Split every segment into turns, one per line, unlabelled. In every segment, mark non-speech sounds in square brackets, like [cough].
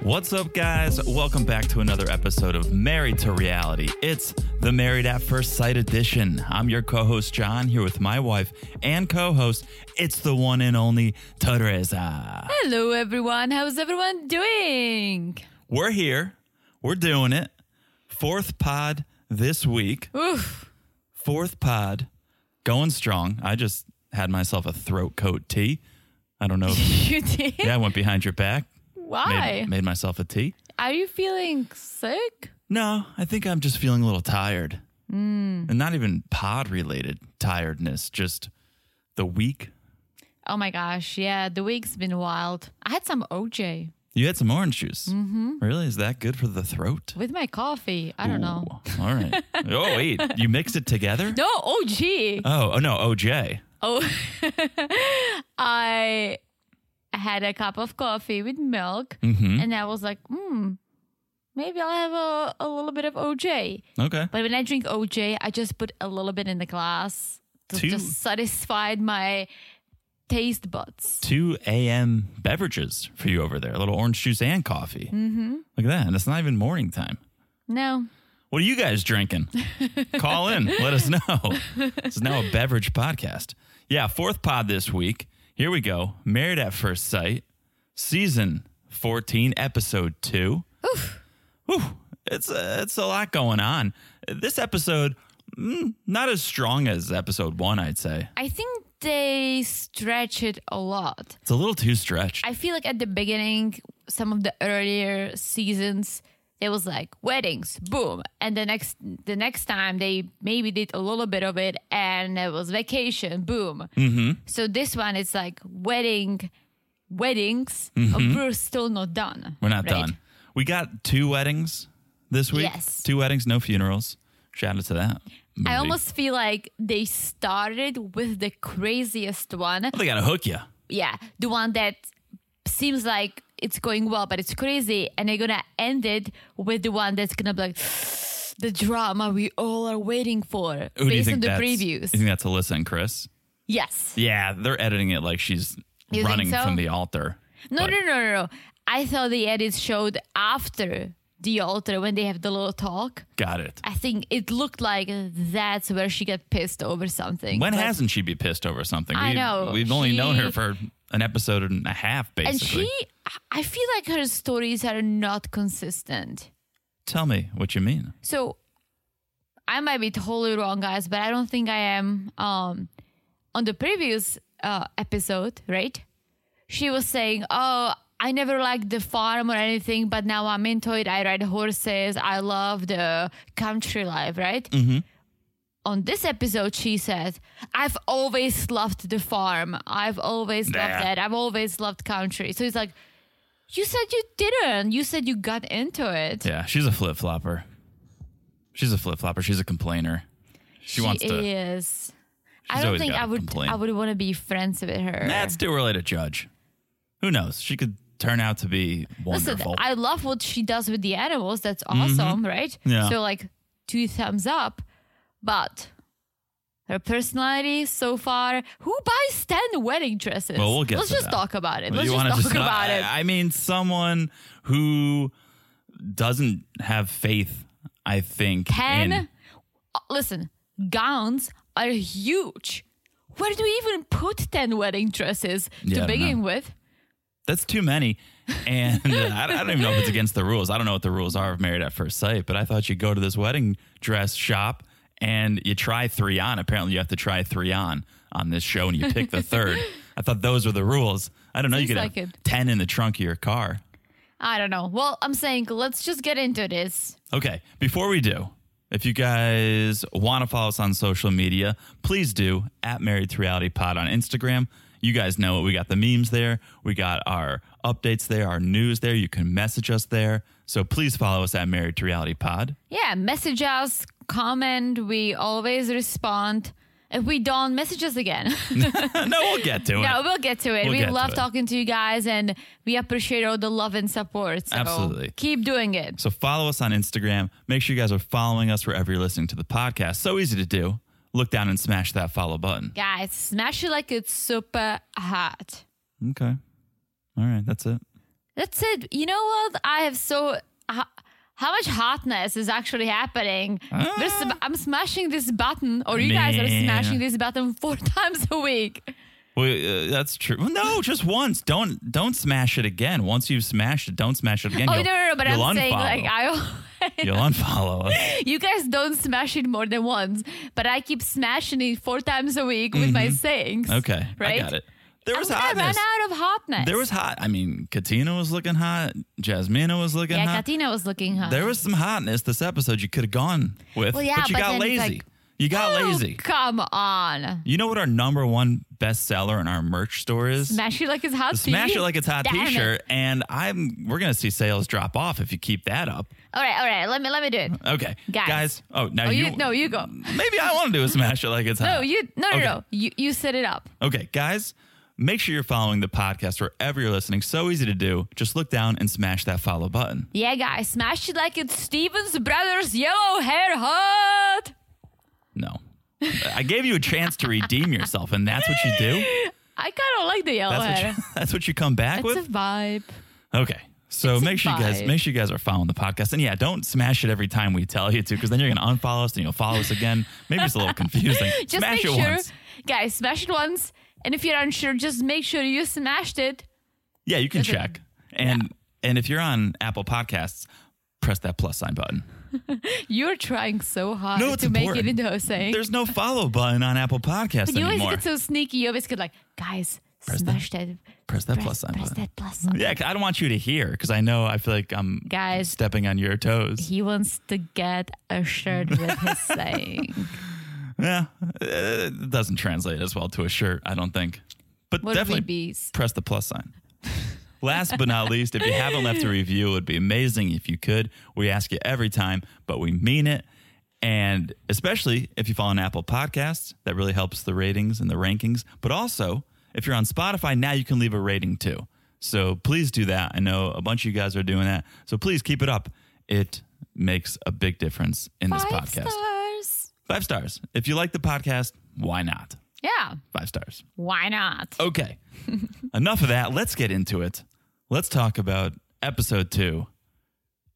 What's up, guys? Welcome back to another episode of Married to Reality. It's the Married at First Sight edition. I'm your co host, John, here with my wife and co host. It's the one and only Teresa.
Hello, everyone. How's everyone doing? [laughs]
We're here. We're doing it. Fourth pod this week.
Oof.
Fourth pod going strong. I just had myself a throat coat tea. I don't know.
[laughs]
If,
You did?
yeah, I went behind your back.
Why?
Made, made myself a tea.
Are you feeling sick?
No, I think I'm just feeling a little tired.
Hmm.
And not even pod related tiredness, just the week.
Oh my gosh. Yeah, the week's been wild. I had some OJ
You had some orange juice. Mm-hmm. Really? Is that good for the throat?
with my coffee. I don't know.
Ooh, All
[laughs]
right. Oh, wait. You mixed it together?
No, OG.
Oh, oh, no. OJ.
Oh, [laughs] I had a cup of coffee with milk,
Mhm.
and I was like, hmm, maybe I'll have a, a little bit of OJ.
Okay.
But when I drink OJ, I just put a little bit in the glass to
Two-
just satisfied my taste buds.
2 a.m. beverages for you over there. A little orange juice and coffee. Mm-hmm. Look at that. And it's not even morning time.
No.
What are you guys drinking? Call in, let us know. This is now a beverage podcast. Yeah, fourth pod this week. Here we go. Married at First Sight, season 14, episode 2. Oof. It's a, it's a lot going on. This episode mm, not as strong as episode 1, I'd say.
I think they stretch it a lot.
It's a little too stretched.
I feel like at the beginning, some of the earlier seasons, it was like weddings, boom. And the next the next time they maybe did a little bit of it and it was vacation, boom. Mm-hmm. So this one it's like wedding weddings, but we're still not done.
Mm-hmm. We're not
right?
done. We got two weddings this week.
Yes.
Two weddings, no funerals. Shout out to that.
I
movie.
almost feel like they started with the craziest one.
They got to hook you.
Yeah, the one that seems like it's going well, but it's crazy. And they're going to end it with the one that's going to be like [sighs] the drama we all are waiting for
Who do you
based
think
on the
that's,
previews.
You think that's Alyssa and Chris?
yes.
Yeah, they're editing it like she's
You think
running
so?
from the altar.
No,
Like,
no, no, no, no. I thought the edits showed after the altar when they have the little talk.
Got it.
I think it looked like that's where she got pissed over something.
When
but-
hasn't she be pissed over something?
I
we've,
know.
We've only known her
She-
for an episode and a half,
and
basically.
she i feel like her stories are not consistent
Tell me what you mean.
so i might be totally wrong guys but i don't think i am um on the previous uh episode right she was saying oh i never liked the farm or anything but now i'm into it i ride horses i love the country life right on this episode she said i've always loved the farm i've always
Nah.
loved that i've always loved country so it's like you said you didn't you said you got into it
Yeah, she's a flip flopper. She's a flip flopper. She's a complainer. She, wants to.
is i
She's
don't
always
think
gotta
i would
complain.
i would want to be friends with her
That's too early to judge. Who knows? She could turn out to be
listen
wonderful. Mm-hmm.
i love what she does with the animals that's awesome right
Yeah.
so like two thumbs up but her personality so far who buys 10 wedding dresses
Well, we'll get
let's
to
just
that.
talk about it
Well,
let's
you
just
wanna
talk about
I-
it
I mean, someone who doesn't have faith, I think.
Ten.
in-
uh, Listen, gowns are huge. Where do we even put ten wedding dresses
Yeah, I
to
don't
begin
know.
with?
that's too many. And uh, I, I don't even know if it's against the rules. I don't know what the rules are of Married at First Sight, but I thought you go to this wedding dress shop and you try three on. Apparently, you have to try three on on this show and you pick the
[laughs]
third. I thought those were the rules. I don't know. you
Seems
could
like
have
it.
10 in the trunk of your car.
I don't know. Well, I'm saying let's just get into this.
Okay, before we do, If you guys want to follow us on social media, please do at Married to Reality Pod on Instagram. You guys know it. We got the memes there. We got our updates there, our news there. You can message us there. So please follow us at Married to Reality Pod. [laughs]
Yeah, message us, comment. We always respond. If we don't, message us again. [laughs]
no, we'll get to it.
no, we'll get to it.
We'll
we
get to
love
it.
talking to you guys and we appreciate all the love and support. So
Absolutely.
Keep doing it.
So follow us on Instagram. Make sure you guys are following us wherever you're listening to the podcast. So easy to do. Look down and smash that follow button.
Guys, smash it like it's super hot.
Okay. All right, that's it.
That's it. You know what? I have so. ho- How much hotness is actually happening? We're sm- I'm smashing this button, or you guys are
Ah. Man.
smashing this button four [laughs] times a week.
Well, uh, that's true. Well, no, just once. Don't don't smash it again. Once you've smashed it, don't smash it again.
Oh no,
You'll-
no, no! But I'm
you'll
saying
unfollow.
like
[laughs]
I.
you'll unfollow us.
[laughs] You guys don't smash it more than once, but I keep smashing it four times a week with my sayings.
Mm-hmm. Okay,
right?
I got it. There
I'm
was
gonna run
hotness.
out of hotness.
There was hot. I mean, Katina was looking hot. Jasmina was looking
yeah,
hot.
Katina was looking hot.
There was some hotness this episode. You could have gone with,
Well, yeah,
but you
but
got
then it's
lazy.
like,
you got
Oh,
lazy.
Come on,
You know what our number one bestseller in our merch store is?
smash it like it's hot.
Smash
tea.
it like it's hot
Damn it.
T-shirt, and I'm we're gonna see sales drop off if you keep that up.
All right, all right. Let me let me do it.
Okay,
Guys.
oh, now
Oh,
you,
you, no, you go.
Maybe I want to do a smash it like it's hot.
[laughs] No, you no no
Okay.
no. You you set it up.
Okay, guys, make sure you're following the podcast wherever you're listening. So easy to do. Just look down and smash that follow button.
Yeah, guys, smash it like it's Stevens Brothers yellow hair hot. [laughs]
No, I gave you a chance to redeem yourself, and that's what you
[laughs]
do.
I kind of like the yellow
That's
hair.
what you, [laughs] that's what you come back
it's
with.
a vibe.
Okay. So
It's a
make sure you guys
vibe.
make sure you guys are following the podcast. And yeah, don't smash it every time we tell you to, because then you're gonna unfollow us and you'll follow us again. Maybe it's a
[laughs]
little confusing.
Just
smash
make
it
sure,
once.
guys, smash it once. And if you're unsure, just make sure you smashed it.
Yeah, you can
Is it-
check. And and if you're on Apple Podcasts, press that plus sign button.
You're trying so hard
No, it's
to make it
important.
into a saying.
There's no follow button on Apple Podcasts
you always
anymore.
get so sneaky. You always get like, guys,
Press that-
smash that.
press that plus sign
Press
button.
that plus sign.
Yeah, 'cause I don't want you to hear because I know I feel like I'm
Guys.
stepping on your toes.
He wants to get a shirt
[laughs]
with his saying.
Yeah, it doesn't translate as well to a shirt, I don't think. But
What
definitely
would be? s-
press the plus sign. Last but not least, if you haven't left a review, it would be amazing if you could. We ask you every time, but we mean it. And especially if you follow on Apple Podcasts, that really helps the ratings and the rankings. But also, if you're on Spotify, now you can leave a rating too. So please do that. I know a bunch of you guys are doing that. So please keep it up. It makes a big difference in this
Five
podcast.
stars.
Five stars. If you like the podcast, why not?
Yeah,
Five stars.
why not? [laughs]
Okay. Enough of that. Let's get into it. Let's talk about episode two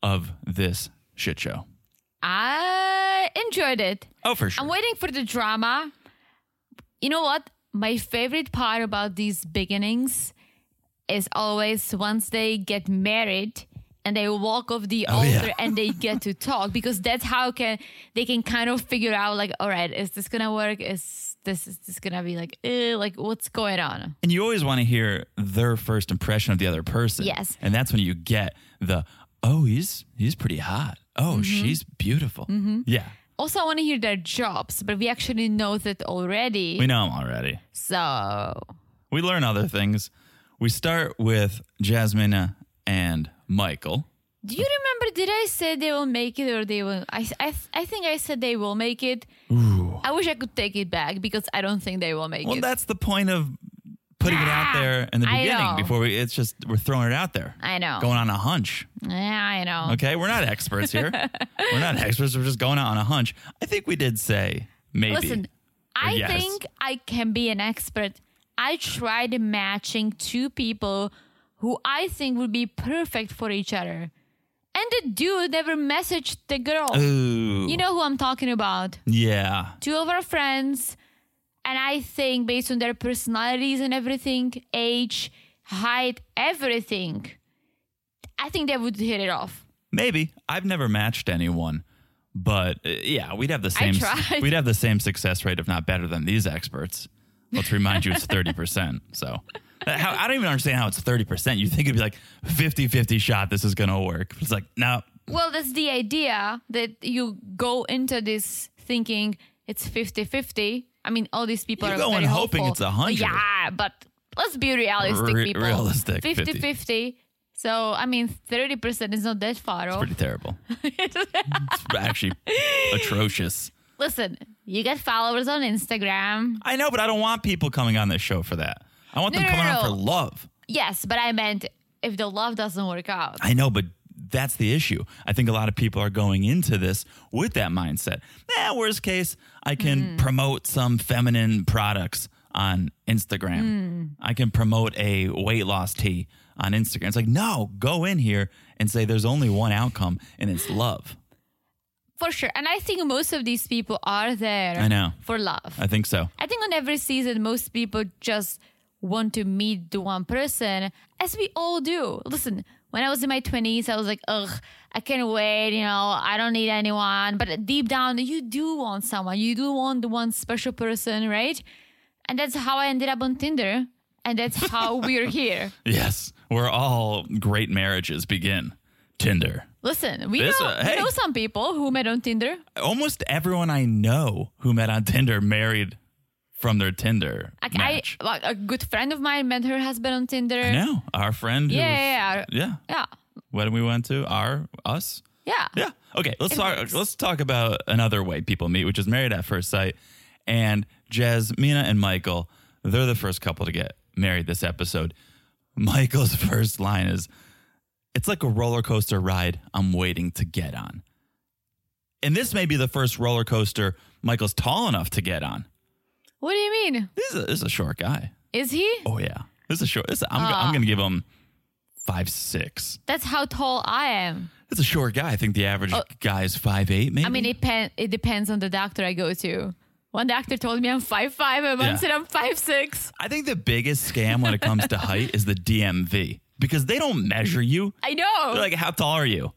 of this shit show.
I enjoyed it.
Oh, for sure.
I'm waiting for the drama. You know what? My favorite part about these beginnings is always once they get married and they walk off the
Oh,
altar
yeah.
and they get to talk because that's how can they can kind of figure out like, all right, is this gonna work? Is this is this gonna be like, eh, like what's going on?
and you always want to hear their first impression of the other person.
Yes.
And that's when you get the, oh, he's he's pretty hot. Oh,
Mm-hmm.
she's beautiful. Yeah.
Also, I want to hear their jobs, but we actually know that already.
We know him already.
so
We learn other things. We start with Jasmina and Michael.
Do you remember? Did I say they will make it or they will? I I, I think I said they will make it. I wish I could take it back because I don't think they will make
Well,
it.
that's the point of putting it out there in the
I
beginning
know.
before we it's just we're throwing it out there.
I know.
Going on a hunch.
yeah, I know.
Okay, we're not experts
[laughs]
here. we're not experts. We're just going out on a hunch. I think we did say maybe.
Listen, I
yes.
think I can be an expert. I tried matching two people who I think would be perfect for each other, and the dude never messaged the girl.
Ooh.
You know who I'm talking about?
yeah.
two of our friends, and I think based on their personalities and everything, age, height, everything, I think they would hit it off.
Maybe. I've never matched anyone, but uh, yeah, we'd have the same
tried.
we'd have the same success rate if not better than these experts. Let's remind you it's 30%. So Uh, how, I don't even understand how it's 30%. You think it'd be like 50-50 shot this is going to work. It's like, no,
Well, that's the idea that you go into this thinking it's 50 50. I mean, all these people
You
are
go in
very
hoping
hopeful.
it's 100.
Yeah, but let's be realistic,
Re-
people.
realistic, 50.
50 50. So, I mean, 30% is not that far off.
Pretty terrible. [laughs] it's actually atrocious.
[laughs] Listen, you get followers on Instagram.
I know, but I don't want people coming on this show for that. I want
No,
them
no,
coming
no,
on for
no.
love.
Yes, but I meant if the love doesn't work out.
I know, but that's the issue. I think a lot of people are going into this with that mindset. Eh, worst case, I
Mm.
can promote some feminine products on Instagram.
Mm.
I can promote a weight loss tea on Instagram. It's like, no, go in here and say there's only one outcome and it's love.
For sure. And I think most of these people are there
I know.
for love.
I think so.
I think on every season, most people just want to meet the one person, as we all do. Listen, when I was in my 20s, I was like, ugh, I can't wait, you know, I don't need anyone. But deep down, you do want someone, you do want the one special person, right? And that's how I ended up on Tinder. And that's
[laughs]
how we're here.
Yes, where all great marriages begin Tinder.
Listen, we,
This,
know,
uh,
we
hey.
know some people who met on Tinder.
Almost everyone I know who met on Tinder married from their Tinder.
Like, I,
match.
like a good friend of mine met her husband on Tinder.
I know our friend. who
Yeah,
was-
yeah, yeah.
yeah.
Yeah.
When we went to our us.
Yeah.
Yeah. Okay. Let's
It
talk.
works.
Let's talk about another way people meet, which is married at first sight. And Jez, Mina, and Michael, they're the first couple to get married this episode. Michael's [laughs] first line is, "It's like a roller coaster ride I'm waiting to get on." And this may be the first roller coaster Michael's tall enough to get on.
What do you mean?
This is a, this is a short guy.
Is he?
Oh yeah, this is short. This, I'm, go- I'm gonna give him five six.
That's how tall I am.
That's a short guy. I think the average guy is five eight, maybe.
Oh. I mean, it, pen- it depends on the doctor I go to. One doctor told me I'm five five, and one
Yeah.
said I'm five six.
I think the biggest scam when it comes to height is the DMV because they don't measure you.
I know.
They're like, oh, "How tall are you?"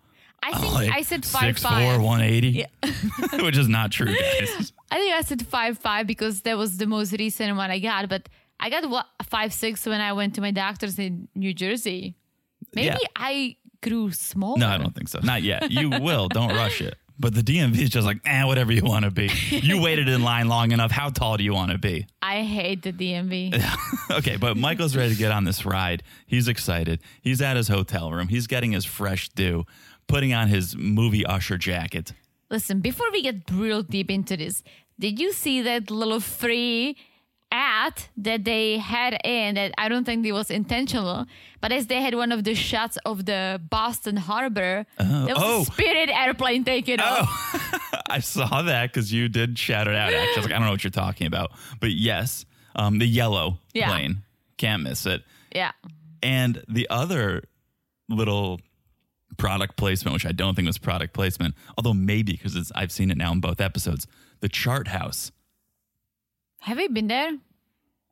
I think
Like,
I said five
6'4",
five.
180, [laughs] which is not true, guys.
I think I said five five because that was the most recent one I got. But I got what five six when I went to my doctor's in New Jersey. Maybe
Yeah.
I grew small.
No, I don't think so. Not yet. You will. Don't rush it. But the DMV is just like, eh, whatever you want to be.
[laughs]
You waited in line long enough. How tall do you want to be? [laughs]
I hate the DMV.
okay, but Michael's ready to get on this ride. He's excited. He's at his hotel room. He's getting his fresh do, putting on his movie usher jacket.
Listen, before we get real deep into this, did you see that little free ad that they had in that I don't think it was intentional, but as they had one of the shots of the Boston Harbor, there was
oh.
a Spirit airplane taking off.
I saw that because you did shout it out. Actually, I was like, I don't know what you're talking about, but yes, um, the yellow
Yeah.
plane can't miss it.
Yeah.
And the other little product placement, which I don't think was product placement, although maybe because it's I've seen it now in both episodes, the Chart House.
Have you been there?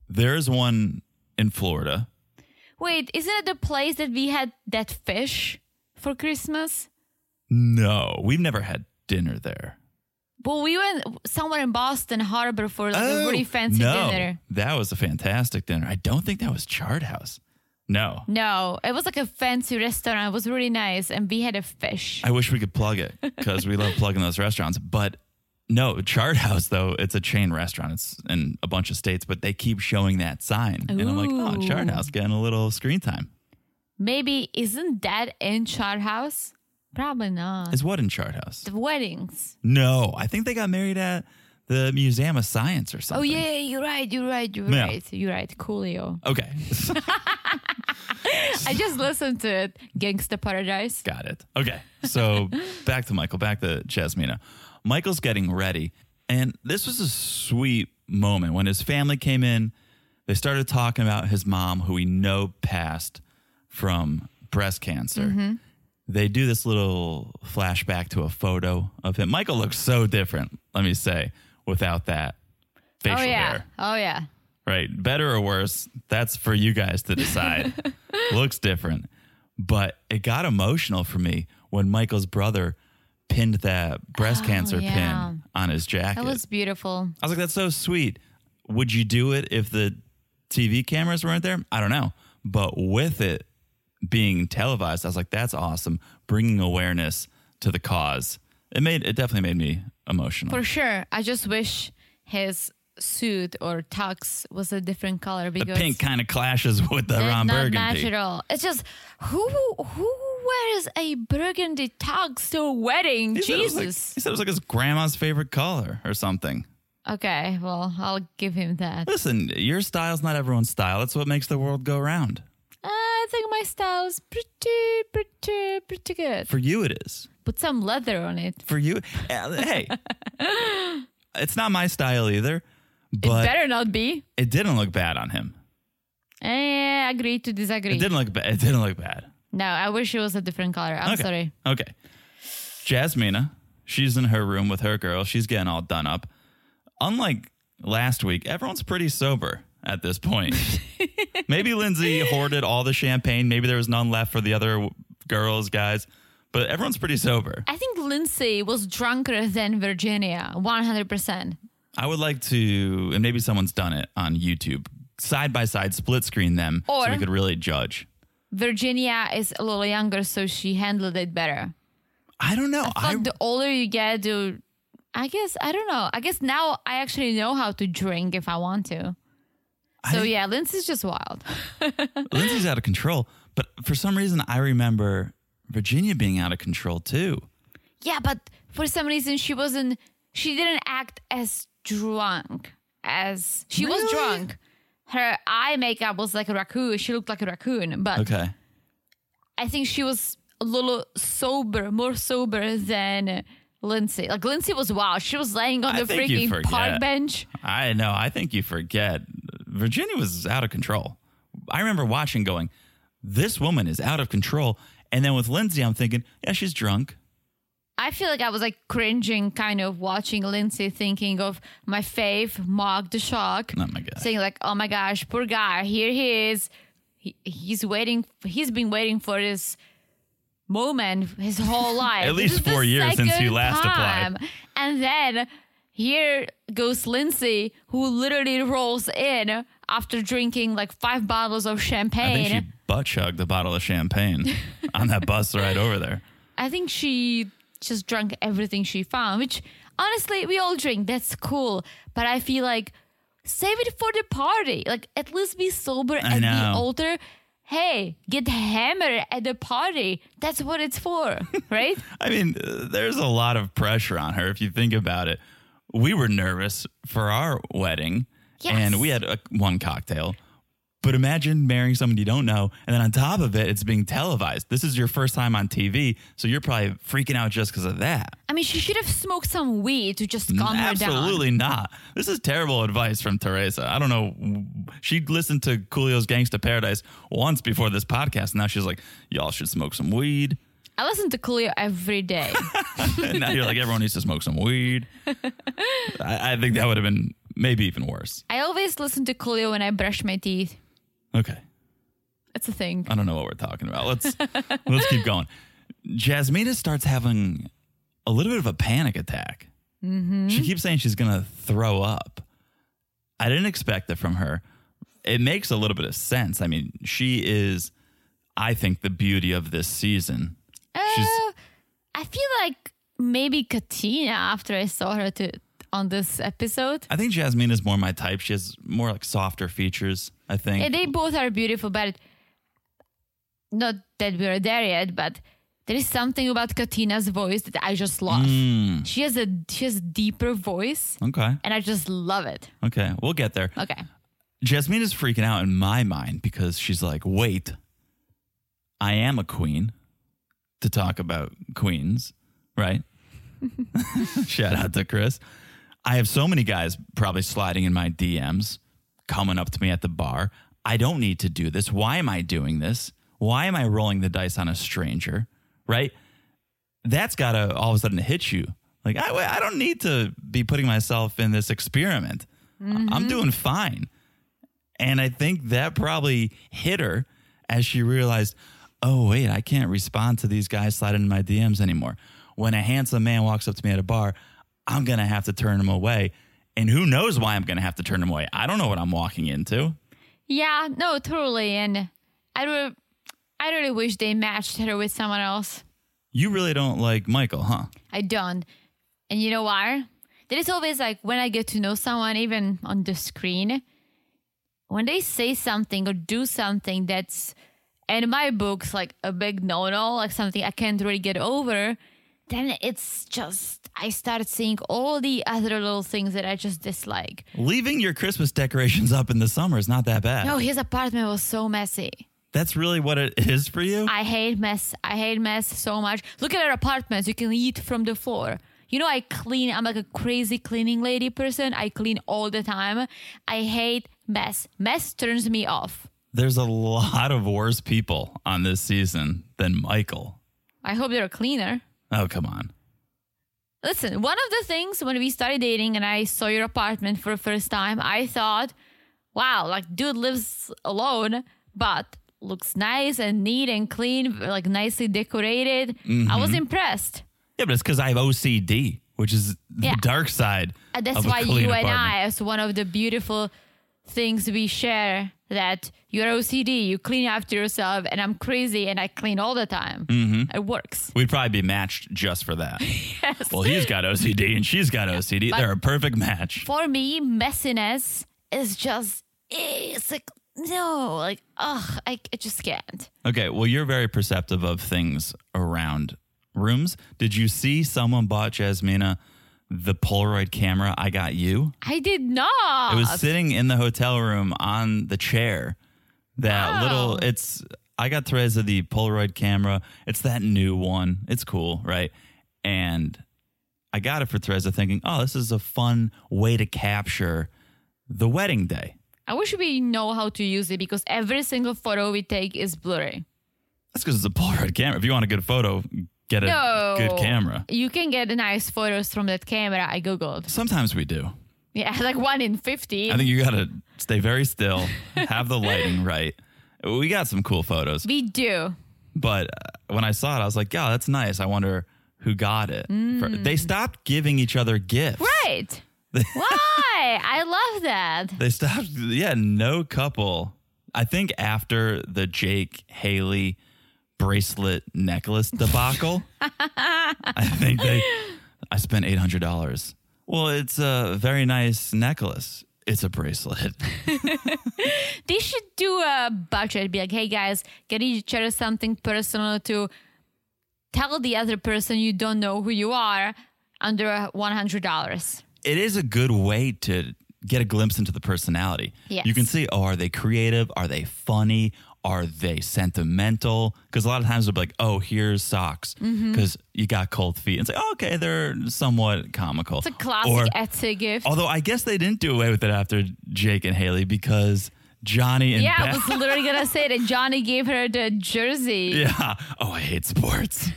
There's one in Florida.
Wait, isn't it the place that we had that fish for Christmas?
No, we've never had dinner there.
Well, we went somewhere in Boston Harbor for like a really fancy
Oh, no,
dinner.
That was a fantastic dinner. I don't think that was Chart House. No.
No, it was like a fancy restaurant. It was really nice, and we had a fish.
I wish we could plug it because we love plugging those restaurants. But no, Chart House though it's a chain restaurant. It's in a bunch of states, but they keep showing that sign, and I'm like, oh,
Ooh.
Chart House getting a little screen time.
Maybe isn't that in Char House? Probably not.
Is what in Chart House?
the weddings.
No, I think they got married at the Museum of Science or something.
Oh yeah, you're right. You're right. You're
Yeah.
right. You're right. Coolio.
Okay, [laughs]
I just listened to it. Gangsta Paradise.
got it. Okay, so back to Michael, back to Jasmina. Michael's getting ready, and this was a sweet moment when his family came in. They started talking about his mom, who we know passed from breast cancer. They do this little flashback to a photo of him. Michael looks so different, let me say, without that facial
oh yeah.
hair.
Oh yeah.
Right. Better or worse, that's for you guys to
[laughs]
decide. Looks different. But it got emotional for me when Michael's brother pinned that breast cancer
Oh, yeah.
pin on his jacket.
That was beautiful.
I was like, that's so sweet. Would you do it if the TV cameras weren't there? I don't know. But with it being televised, I was like, that's awesome. Bringing awareness to the cause. It made it definitely made me emotional.
For sure. I just wish his suit or tux was a different color
the
because
pink kind of clashes with the
That's
Ron
not
Burgundy.
natural. It's just who who wears a burgundy tux to a wedding?
He said it was like-
Jesus.
he said it was like his grandma's favorite color or something.
okay, well, I'll give him that.
Listen, your style's not everyone's style. That's what makes the world go round.
Ah, I think my style's pretty, pretty, pretty good.
For you, it is.
Put some leather on it.
For you, uh,
[laughs]
hey, it's not my style either, but
it better not be.
it didn't look bad on him.
Eh, agree to disagree.
It didn't look bad. It didn't look bad.
no, I wish it was a different color. I'm
okay.
sorry.
Okay. Jasmina, she's in her room with her girl. She's getting all done up. Unlike last week, everyone's pretty sober at this
[laughs]
point. Maybe Lindsay hoarded all the champagne. Maybe there was none left for the other w- girls, guys, but everyone's pretty sober.
I think Lindsay was drunker than Virginia, 100%.
I would like to, and maybe someone's done it on YouTube, side by side, split screen them so
Or-
we could really judge.
Virginia is a little younger, so she handled it better.
I don't know.
But the older you get, the, I guess, I don't know. I guess now I actually know how to drink if I want to.
I-
So yeah, Lindsay's just wild.
Lindsay's out of control, but for some reason, I remember Virginia being out of control too.
Yeah, but for some reason she wasn't she didn't act as drunk as she was
Really?
drunk. Her eye makeup was like a raccoon. She looked like a raccoon, but
Okay.
I think she was a little sober, more sober than Lindsay. Like Lindsay was wild. She was laying on
I
the
think you
freaking park
forget.
bench.
I know. I think you forget. Virginia was out of control. I remember watching going, this woman is out of control. And then with Lindsay, I'm thinking, yeah, she's drunk.
I feel like I was like cringing, kind of watching Lindsay, thinking of my fave, Mark the Shark.
Oh my God.
saying like, "Oh my gosh, poor guy, here he is. He, he's waiting. He's been waiting for this moment his whole [laughs] life.
At
This
least
is the
four years since he
second
last applied.
time." And then here goes Lindsay, who literally rolls in after drinking like five bottles of
I
champagne.
think she butt chugged a bottle of champagne on that bus ride over there.
I think she just drank everything she found, which honestly, we all drink. That's cool. But I feel like save it for the party. Like, at least be sober
I
at
know.
the altar. Hey, get hammered at the party. That's what it's for, [laughs] right?
I mean, uh, there's a lot of pressure on her if you think about it. We were nervous for our wedding,
Yes.
and we had a, one cocktail. But imagine marrying someone you don't know, and then on top of it, it's being televised. This is your first time on TV, so you're probably freaking out just because of that.
I mean, she should have smoked some weed to just calm her down.
Absolutely not. This is terrible advice from Teresa. I don't know. She listened to Coolio's Gangsta Paradise once before this podcast. And now she's like, y'all should smoke some weed.
I listen to Cleo
[laughs]
every day.
And now you're like, everyone needs to smoke some weed. I, I think that would have been maybe even worse.
I always listen to Cleo when I brush my teeth.
Okay.
It's a thing.
I don't know what we're talking about. Let's let's keep going. Jasmina starts having a little bit of a panic attack. She keeps saying she's gonna throw up. I didn't expect that from her. It makes a little bit of sense. I mean, she is, I think, the beauty of this season. She's
Uh, I feel like maybe Katina after I saw her to, on this episode.
I think Jasmine is more my type. She has more like softer features, I think.
Yeah, they both are beautiful, but not that we're there yet. But there is something about Katina's voice that I just love.
Hmm.
She has a she has deeper voice,
Okay.
and I just love it.
Okay. We'll get there.
Okay,
Jasmine is freaking out in my mind because she's like, wait, I am a queen to talk about queens, right? [laughs] Shout out to Chris. I have so many guys probably sliding in my DMs, coming up to me at the bar. I don't need to do this. Why am I doing this? Why am I rolling the dice on a stranger, right? That's got to all of a sudden hit you. Like, I, I don't need to be putting myself in this experiment. I'm doing fine. And I think that probably hit her as she realized, oh, wait, I can't respond to these guys sliding in my DMs anymore. When a handsome man walks up to me at a bar, I'm going to have to turn him away. And who knows why I'm going to have to turn him away? I don't know what I'm walking into.
yeah, no, totally, and I re- I really wish they matched her with someone else.
You really don't like Michael, huh?
I don't. And you know why? There is always like when I get to know someone, even on the screen, when they say something or do something that's in my books like a big no no, like something I can't really get over, then it's just I start seeing all the other little things that I just dislike.
Leaving your Christmas decorations up in the summer is not that bad.
No, Oh, his apartment was so messy.
That's really what it is for you?
I hate mess. I hate mess so much. Look at our apartments. You can eat from the floor. You know, I clean. I'm like a crazy cleaning lady person. I clean all the time. I hate mess. Mess turns me off.
There's a lot of worse people on this season than Michael.
I hope they're cleaner.
Oh, come on.
Listen, one of the things when we started dating and I saw your apartment for the first time, I thought, wow, like, dude lives alone, but looks nice and neat and clean, like, nicely decorated. I was impressed.
Yeah, but it's because I have OCD, which is the
Yeah.
dark side.
And Uh,
of
that's
a
why
clean
you and
apartment.
I is one of the beautiful things we share that you're OCD, you clean after yourself, and I'm crazy and I clean all the time. Mm-hmm. It works. [laughs]
We'd probably be matched just for that. Well, he's got OCD and she's got OCD. They're a perfect match.
For me, messiness is just, eh, it's like, no, like, ugh, I, I just can't.
Okay, well, you're very perceptive of things around rooms. Did you see someone bought Jasmina the Polaroid camera I got you?
I did not.
It was sitting in the hotel room on the chair. That
Wow.
little, it's, I got Theresa the Polaroid camera. It's that new one. It's cool, right? And I got it for Theresa thinking, oh, this is a fun way to capture the wedding day.
I wish we know how to use it because every single photo we take is blurry.
That's because it's a Polaroid camera. If you want a good photo, get a
no.
good camera.
You can get nice photos from that camera. I Googled.
Sometimes we do.
Yeah, [laughs] like one in 50.
I think you got to stay very
[laughs]
still, have the lighting right. We got some cool photos,
we do.
but uh, when I saw it, I was like, "Yeah, that's nice. I wonder who got it." For- They stopped giving each other gifts. [laughs]
Right. Why? I love that.
They stopped. Yeah, no couple. I think after the Jake Haley bracelet necklace debacle, I think they. I spent eight hundred dollars. Well, it's a very nice necklace. It's a bracelet. [laughs]
They should do a budget. Be like, hey guys, get each other something personal to tell the other person you don't know who you are under $100.
it is a good way to get a glimpse into the personality.
Yes.
You can see, oh, are they creative? Are they funny? Are they sentimental? Because a lot of times they'll be like, oh, here's socks
Mm-hmm.
because you got cold feet. And say, oh, okay, they're somewhat comical.
It's a classic
Or-
Etsy gift.
although I guess they didn't do away with it after Jake and Haley because Johnny and
yeah, I
Beth- [laughs]
was literally going to say that Johnny gave her the jersey.
Yeah. Oh, I hate sports.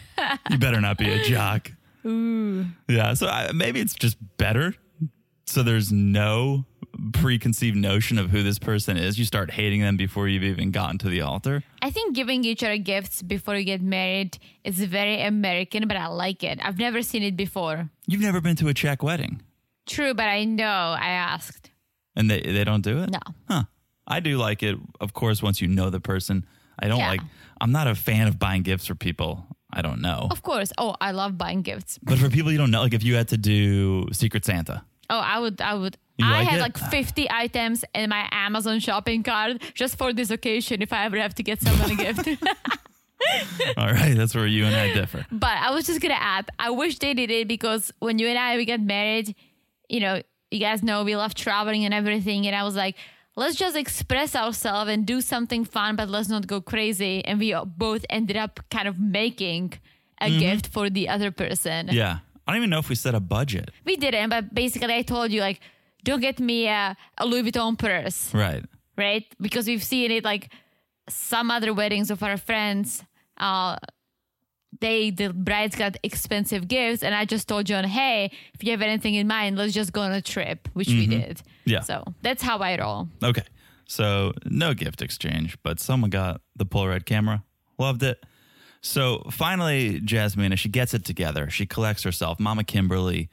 you better not be a
[laughs]
jock. Ooh. Yeah. So I, maybe it's just better. So there's no preconceived notion of who this person is. You start hating them before you've even gotten to the altar.
I think giving each other gifts before you get married is very American, but I like it. I've never seen it before.
You've never been to a Czech wedding,
True, but I know I asked.
and they they don't do it.
No.
Huh. I do like it, of course. Once you know the person, I don't
Yeah.
like. I'm not a fan of buying gifts for people I don't know.
Of course. Oh, I love buying gifts.
But for people you don't know, like if you had to do Secret
[laughs]
Santa,
Oh, I would, I would.
You
I
like
had
it?
like 50 items in my Amazon shopping cart just for this occasion if I ever have to get someone
[laughs]
a gift.
all right, that's where you and I differ.
But I was just gonna add, I wish they did it because when you and I we got married, you know, you guys know we love traveling and everything, and I was like, let's just express ourselves and do something fun, but let's not go crazy. And we both ended up kind of making a gift for the other [laughs] person.
Mm-hmm. Yeah. I don't even know if we set a budget.
We didn't, but basically I told you like, don't get me a, a Louis Vuitton purse,
Right.
right? Because we've seen it like some other weddings of our friends. Uh, they the brides got expensive gifts, and I just told John, "Hey, if you have anything in mind, let's just go on a trip," which we did.
Mm-hmm. Yeah.
So that's how I roll.
Okay. So no gift exchange, but someone got the Polaroid camera, loved it. So finally, Jasmina, she gets it together. She collects herself. Mama Kimberly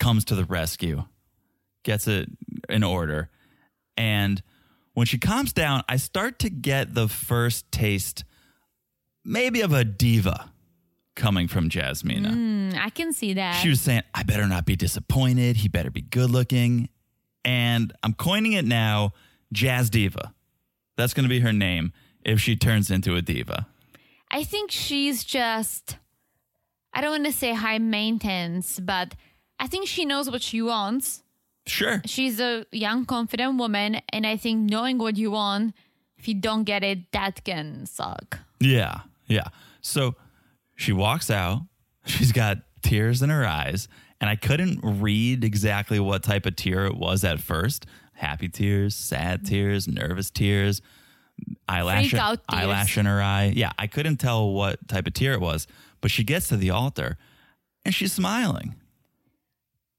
comes to the rescue, gets it in order. And when she calms down, I start to get the first taste, maybe of a diva. coming from Jasmina.
Mm, I can see that.
She was saying, I better not be disappointed. He better be good looking. And I'm coining it now Jazz Diva. That's going to be her name if she turns into a diva.
I think she's just, I don't want to say high maintenance, but I think she knows what she wants.
Sure.
She's a young, confident woman. And I think knowing what you want, if you don't get it, that can suck.
Yeah. Yeah. So she walks out. She's got tears in her eyes. And I couldn't read exactly what type of tear it was at first happy tears, sad tears, nervous tears, eyelash,
Freak out tears.
eyelash in her eye. Yeah. I couldn't tell what type of tear it was. But she gets to the altar and she's smiling.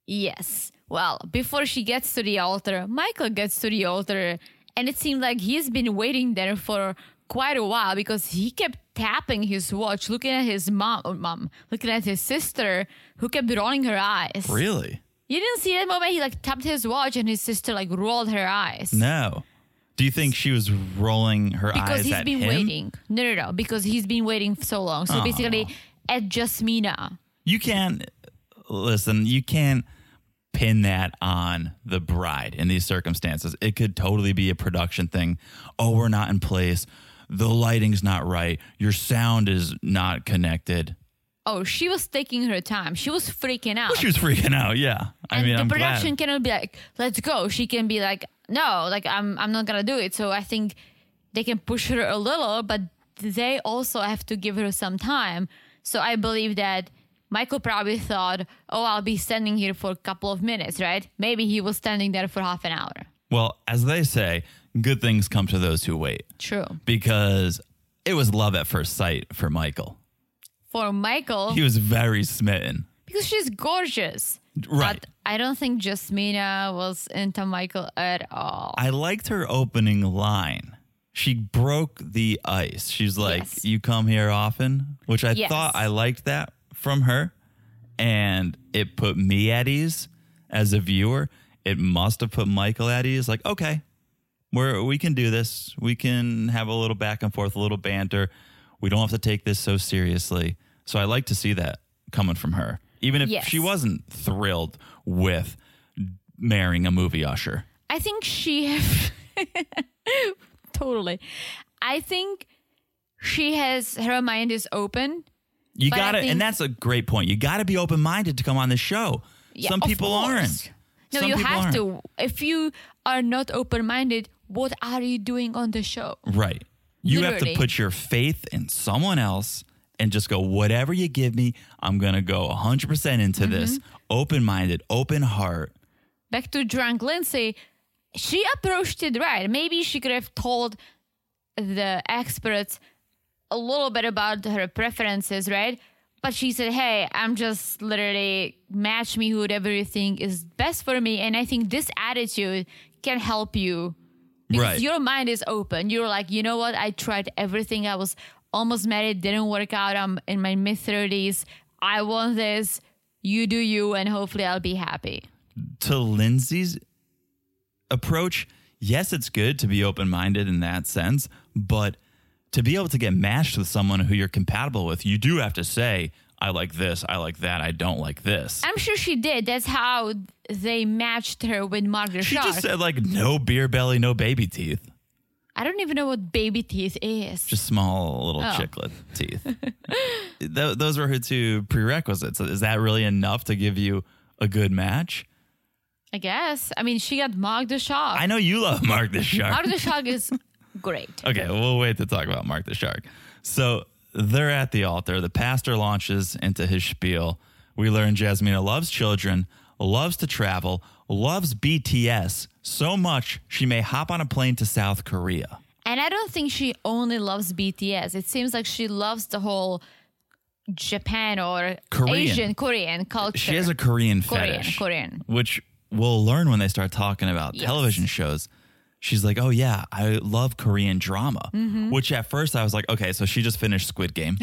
Yes. Well, before she gets to the altar, Michael gets to the altar, and it seemed like he's been waiting there for quite a while because he kept tapping his watch, looking at his mom, oh, mom, looking at his sister, who kept rolling her eyes.
Really?
You didn't see that moment he like tapped his watch, and his sister like rolled her eyes.
No. Do you think she was rolling her
because
eyes
he's
at
been
him?
waiting. No, no, no. Because he's been waiting so long. So basically,
Oh.
at Jasmina.
You can't listen. You can't pin that on the bride in these circumstances. It could totally be a production thing. Oh, we're not in place. The lighting's not right. Your sound is not connected.
Oh, she was taking her time. She was freaking out.
Well, she was freaking out. Yeah, I
and
mean,
the
I'm
production
glad.
cannot be like, "Let's go." She can be like, "No, like I'm, I'm not gonna do it." So I think they can push her a little, but they also have to give her some time. So I believe that Michael probably thought, "Oh, I'll be standing here for a couple of minutes, right?" Maybe he was standing there for half an hour.
Well, as they say, good things come to those who wait.
True.
Because it was love at first sight for Michael.
For Michael,
He was very smitten.
because she's gorgeous,
Right.
But I don't think Jasmina was into Michael at all.
I liked her opening line. She broke the ice. She's like,
Yes.
"You come here often," which I
Yes.
thought I liked that from her, and it put me at ease as a viewer. It must have put Michael at ease. Like, okay, we're we can do this. We can have a little back and forth, a little banter. We don't have to take this so seriously. So I like to see that coming from her, even if
Yes.
she wasn't thrilled with marrying a movie usher.
I think she have [laughs] totally. I think she has her mind is open.
You
But I
gotta,
think-
and that's a great point. You gotta be open minded to come on this show.
Yeah,
Some
of
people
course.
aren't.
No,
Some
you
people aren't.
have to. If you are not open minded, what are you doing on the show?
Right. You have
Literally.
to put your faith in someone else and just go, whatever you give me, I'm gonna go 100% into
Mm-hmm.
this. Open minded, open heart.
Back to drunk Lindsay, she approached it right. Maybe she could have told the experts a little bit about her preferences, right? But she said, "Hey, I'm just literally match me whoever you think is best for me." And I think this attitude can help you because
Right.
your mind is open. You're like, you know what? I tried everything. I was almost married, didn't work out. I'm in my mid thirties. I want this. You do you, and hopefully, I'll be happy.
to Lindsay's approach, yes, it's good to be open minded in that sense, but to be able to get matched with someone who you're compatible with, you do have to say, I like this, I like that, I don't like this.
I'm sure she did. That's how they matched her with Margaret
She
Shark.
just said like no beer belly, no baby teeth,
I don't even know what baby teeth is.
just small little chiclet teeth. [laughs] Th- those were her two prerequisites. Is that really enough to give you a good match?
I guess. I mean, she got Mark the Shark.
I know you love Mark the Shark.
Mark the Shark is [laughs] great.
Okay, we'll wait to talk about Mark the Shark. So they're at the altar. The pastor launches into his spiel. We learn Jasmina loves children, loves to travel, loves BTS so much she may hop on a plane to South Korea.
And I don't think she only loves BTS. It seems like she loves the whole Japan or
Korean.
Asian Korean culture.
She has a Korean
Korean,
fetish.
Korean.
Which we'll learn when they start talking about
Yes.
television shows. She's like, oh, yeah, I love Korean drama.
Mm-hmm.
Which at first I was like, okay, so she just finished Squid
[laughs]
Game.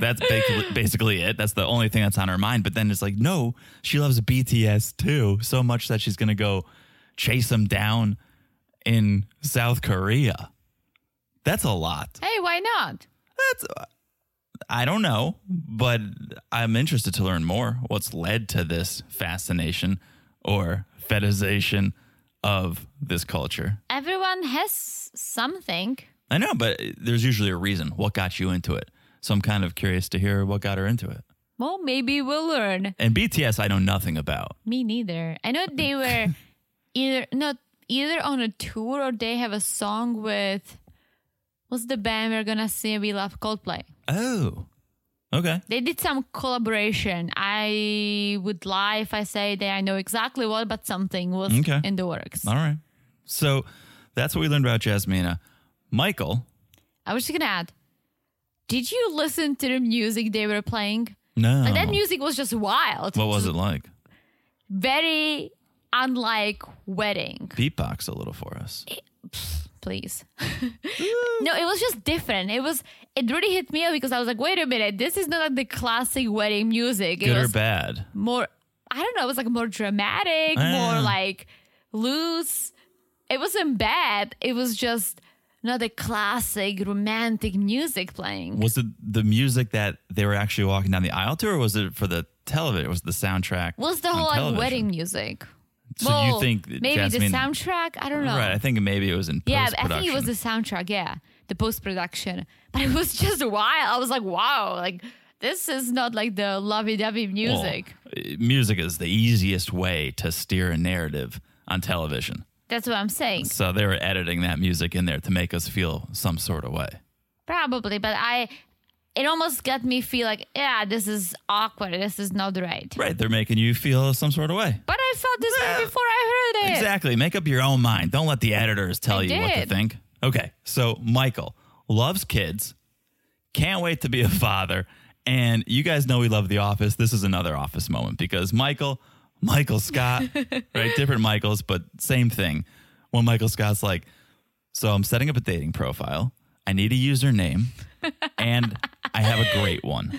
that's ba- basically it. That's the only thing that's on her mind. But then it's like, no, she loves BTS too, so much that she's going to go chase them down in South Korea. That's a lot.
Hey, why not?
That's I don't know, but I'm interested to learn more what's led to this fascination or fetishization of this culture.
Everyone has something.
I know, but there's usually a reason. What got you into it? So I'm kind of curious to hear what got her into it.
Well, maybe we'll learn.
And BTS, I know nothing about.
Me neither. I know
[laughs]
they were either not either on a tour or they have a song with what's the band we're gonna see we love Coldplay.
Oh, okay.
They did some collaboration. I would lie if I say that I know exactly what, but something was
Okay.
in the works.
All right. So that's what we learned about Jasmina. Michael,
I was just gonna add. Did you listen to the music they were playing?
no.
Like that music was just wild.
what was it like?
Very unlike wedding.
Beatbox a little for us.
please. [laughs]
Mm.
no, it was just different. It was it really hit me up because I was like, wait a minute, this is not like the classic wedding music. It
Good or
was
bad?
more I don't know, it was like more dramatic,
Ah.
more like loose. It wasn't bad. It was just not the classic romantic music playing.
Was it the music that they were actually walking down the aisle to, or was it for the television? Was it the soundtrack?
Was the
on
whole like
television?
wedding music?
So you think that
maybe
Jasmine,
the soundtrack? I don't know.
Right. I think maybe it was in
Yeah,
post
I think it was the soundtrack. Yeah, the post production, but it was [laughs] just wild. I was like, wow, like this is not like the lovey-dovey music.
uh, music is the easiest way to steer a narrative on television.
That's what I'm saying.
So they were editing that music in there to make us feel some sort of way.
Probably, but I, it almost got me feel like, yeah, this is awkward. This is not right.
Right. They're making you feel some sort of way.
But I felt this way before I heard it.
Exactly. Make up your own mind. Don't let the editors tell
I
you what to
did.
think. Okay. So Michael loves kids, can't wait to be a father. And you guys know we love The Office. This is another office moment because Michael, Michael
[laughs]
Scott, right? Different Michaels, but same thing. When Michael Scott's like, So I'm setting up a dating profile, I need a username, and I have a great one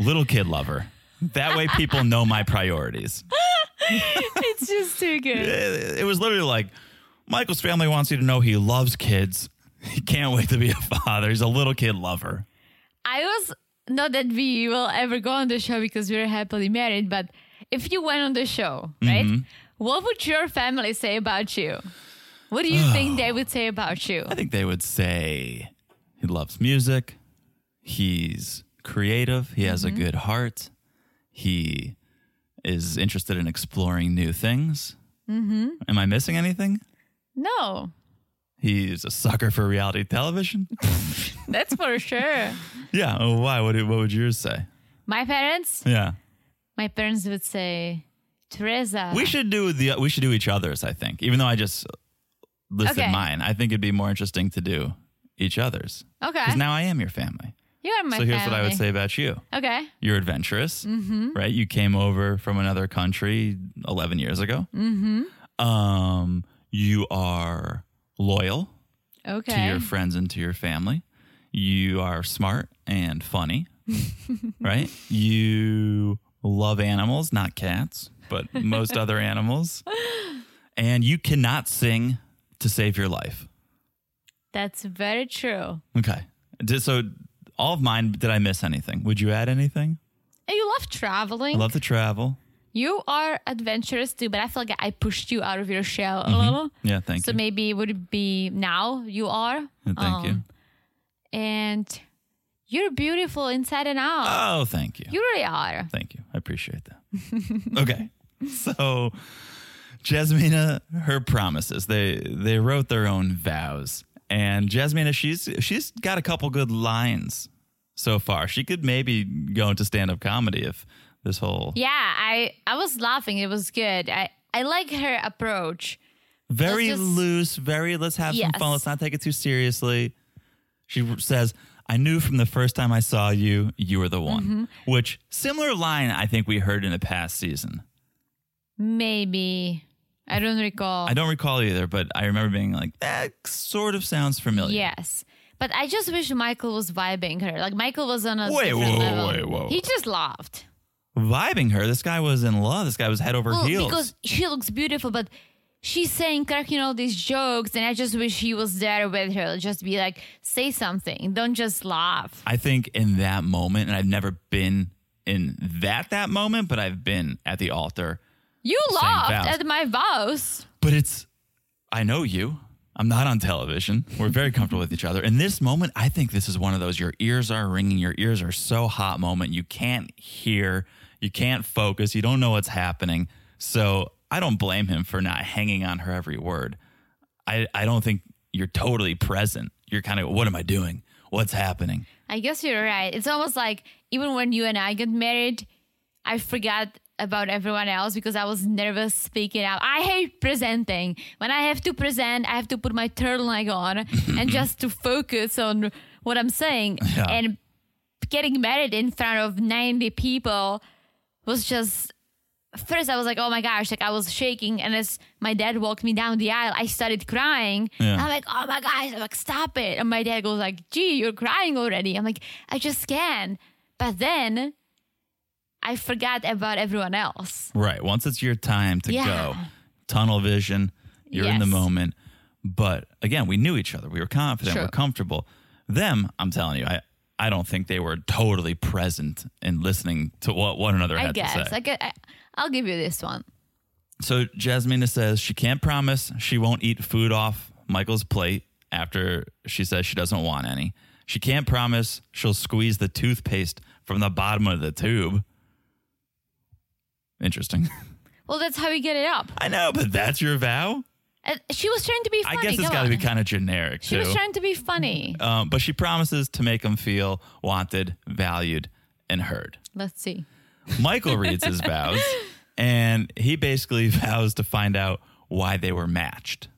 little kid lover. That way people know my priorities
[laughs] It's just too good.
it, it was literally like Michael's family wants you to know he loves kids. He can't wait to be a father. He's a little kid lover.
I was not that we will ever go on the show because we're happily married, but if you went on the show,
Mm-hmm.
right? What would your family say about you? What do you
[sighs]
think they would say about you?
I think they would say he loves music. He's creative. He has a good heart. He is interested in exploring new things. Mm-hmm. Am I missing anything?
No,
He's a sucker for reality television.
that's
[laughs]
for sure.
yeah. Oh, why? What, do- what would yours say?
My parents,
Yeah.
my parents would say, Teresa.
We should do the we should do each other's. I think, even though I just listed
Okay.
mine, I think it'd be more interesting to do each other's
okay,
because now I am your family.
you are my
so here's what I would
family.
say about you:
Okay, mm-hmm,
you're adventurous, right? You came over from another country 11 years ago. Mm-hmm. Um, you are loyal to
okay.
your friends and to your family. You are smart and
[laughs]
funny, right? You love animals, not cats, but
[laughs]
most other animals. And you cannot sing to save your life.
that's very true.
Okay. Did- So, all of mine, did I miss anything? Would you add anything?
And you love traveling.
I love to travel.
you are adventurous too, but I feel like I pushed you out of your shell a
Mm-hmm.
little.
Yeah, thank
so
you.
maybe it would be now you are.
Yeah, thank you.
Um, And you're beautiful inside and out.
Oh, thank you.
you really are.
Thank you. I appreciate that.
[laughs]
okay. So Jasmina, her promises. They they wrote their own vows. And Jasmina, she's she's got a couple good lines so far. She could maybe go into stand-up comedy if this whole
Yeah, I I was laughing. It was good. I I like her approach.
very
just-
loose, very let's have some fun,
Yes.
let's not take it too seriously. She says, I knew from the first time I saw you, you were the one.
Mm-hmm.
Which similar line I think we heard in the past season.
Maybe I don't recall.
I don't recall either, but I remember being like, that sort of sounds familiar.
yes. But I just wish Michael was vibing her. Like Michael was on a
Wait,
different
whoa,
level.
wait, whoa.
He just laughed.
Vibing her. This guy was in love. This guy was head over
Well,
heels.
because she looks beautiful, but she's saying cracking all these jokes and i just wish he was there with her just be like say something don't just laugh
I think in that moment, and I've never been in that that moment, but I've been at the altar.
you
Saying vows.
laughed at my vows
But it's, I know you. I'm not on television. We're very comfortable with each other. In this moment, I think this is one of those your ears are ringing, your ears are so hot moment. You can't hear, you can't focus, you don't know what's happening. So I don't blame him for not hanging on her every word. I, I don't think you're totally present. You're kind of, what am I doing? What's happening?
i guess you're right it's almost like even when you and i got married i forgot about everyone else because i was nervous speaking out i hate presenting when i have to present i have to put my turtleneck on and just to focus on what i'm saying
Yeah.
and getting married in front of 90 people was just first I was like, oh my gosh, like I was shaking. And as my dad walked me down the aisle, I started crying.
Yeah.
I'm like, oh my gosh, I'm like, stop it. And my dad goes like, gee, you're crying already. I'm like, I just can. But then I forgot about everyone else.
Right. Once it's your time to
Yeah.
go, tunnel vision, you're in the
Yes.
moment. But again, we knew each other. We were confident.
Sure.
We're comfortable. Them, I'm telling you, I, I don't think they were totally present and listening to what one another
I
had to
guess.
say.
I guess I, I'll give you this one.
So Jasmina says she can't promise she won't eat food off Michael's plate after she says she doesn't want any. She can't promise she'll squeeze the toothpaste from the bottom of the tube. Interesting. [laughs]
Well, that's how we get it up.
I know, but that's your vow?
And she was trying to be funny.
I guess it's
come
got to be
on.
kind of generic
She
too.
was trying to be funny.
um, but she promises to make him feel wanted, valued, and heard.
Let's see.
Michael reads his
[laughs]
vows, and he basically [laughs] vows to find out why they were matched.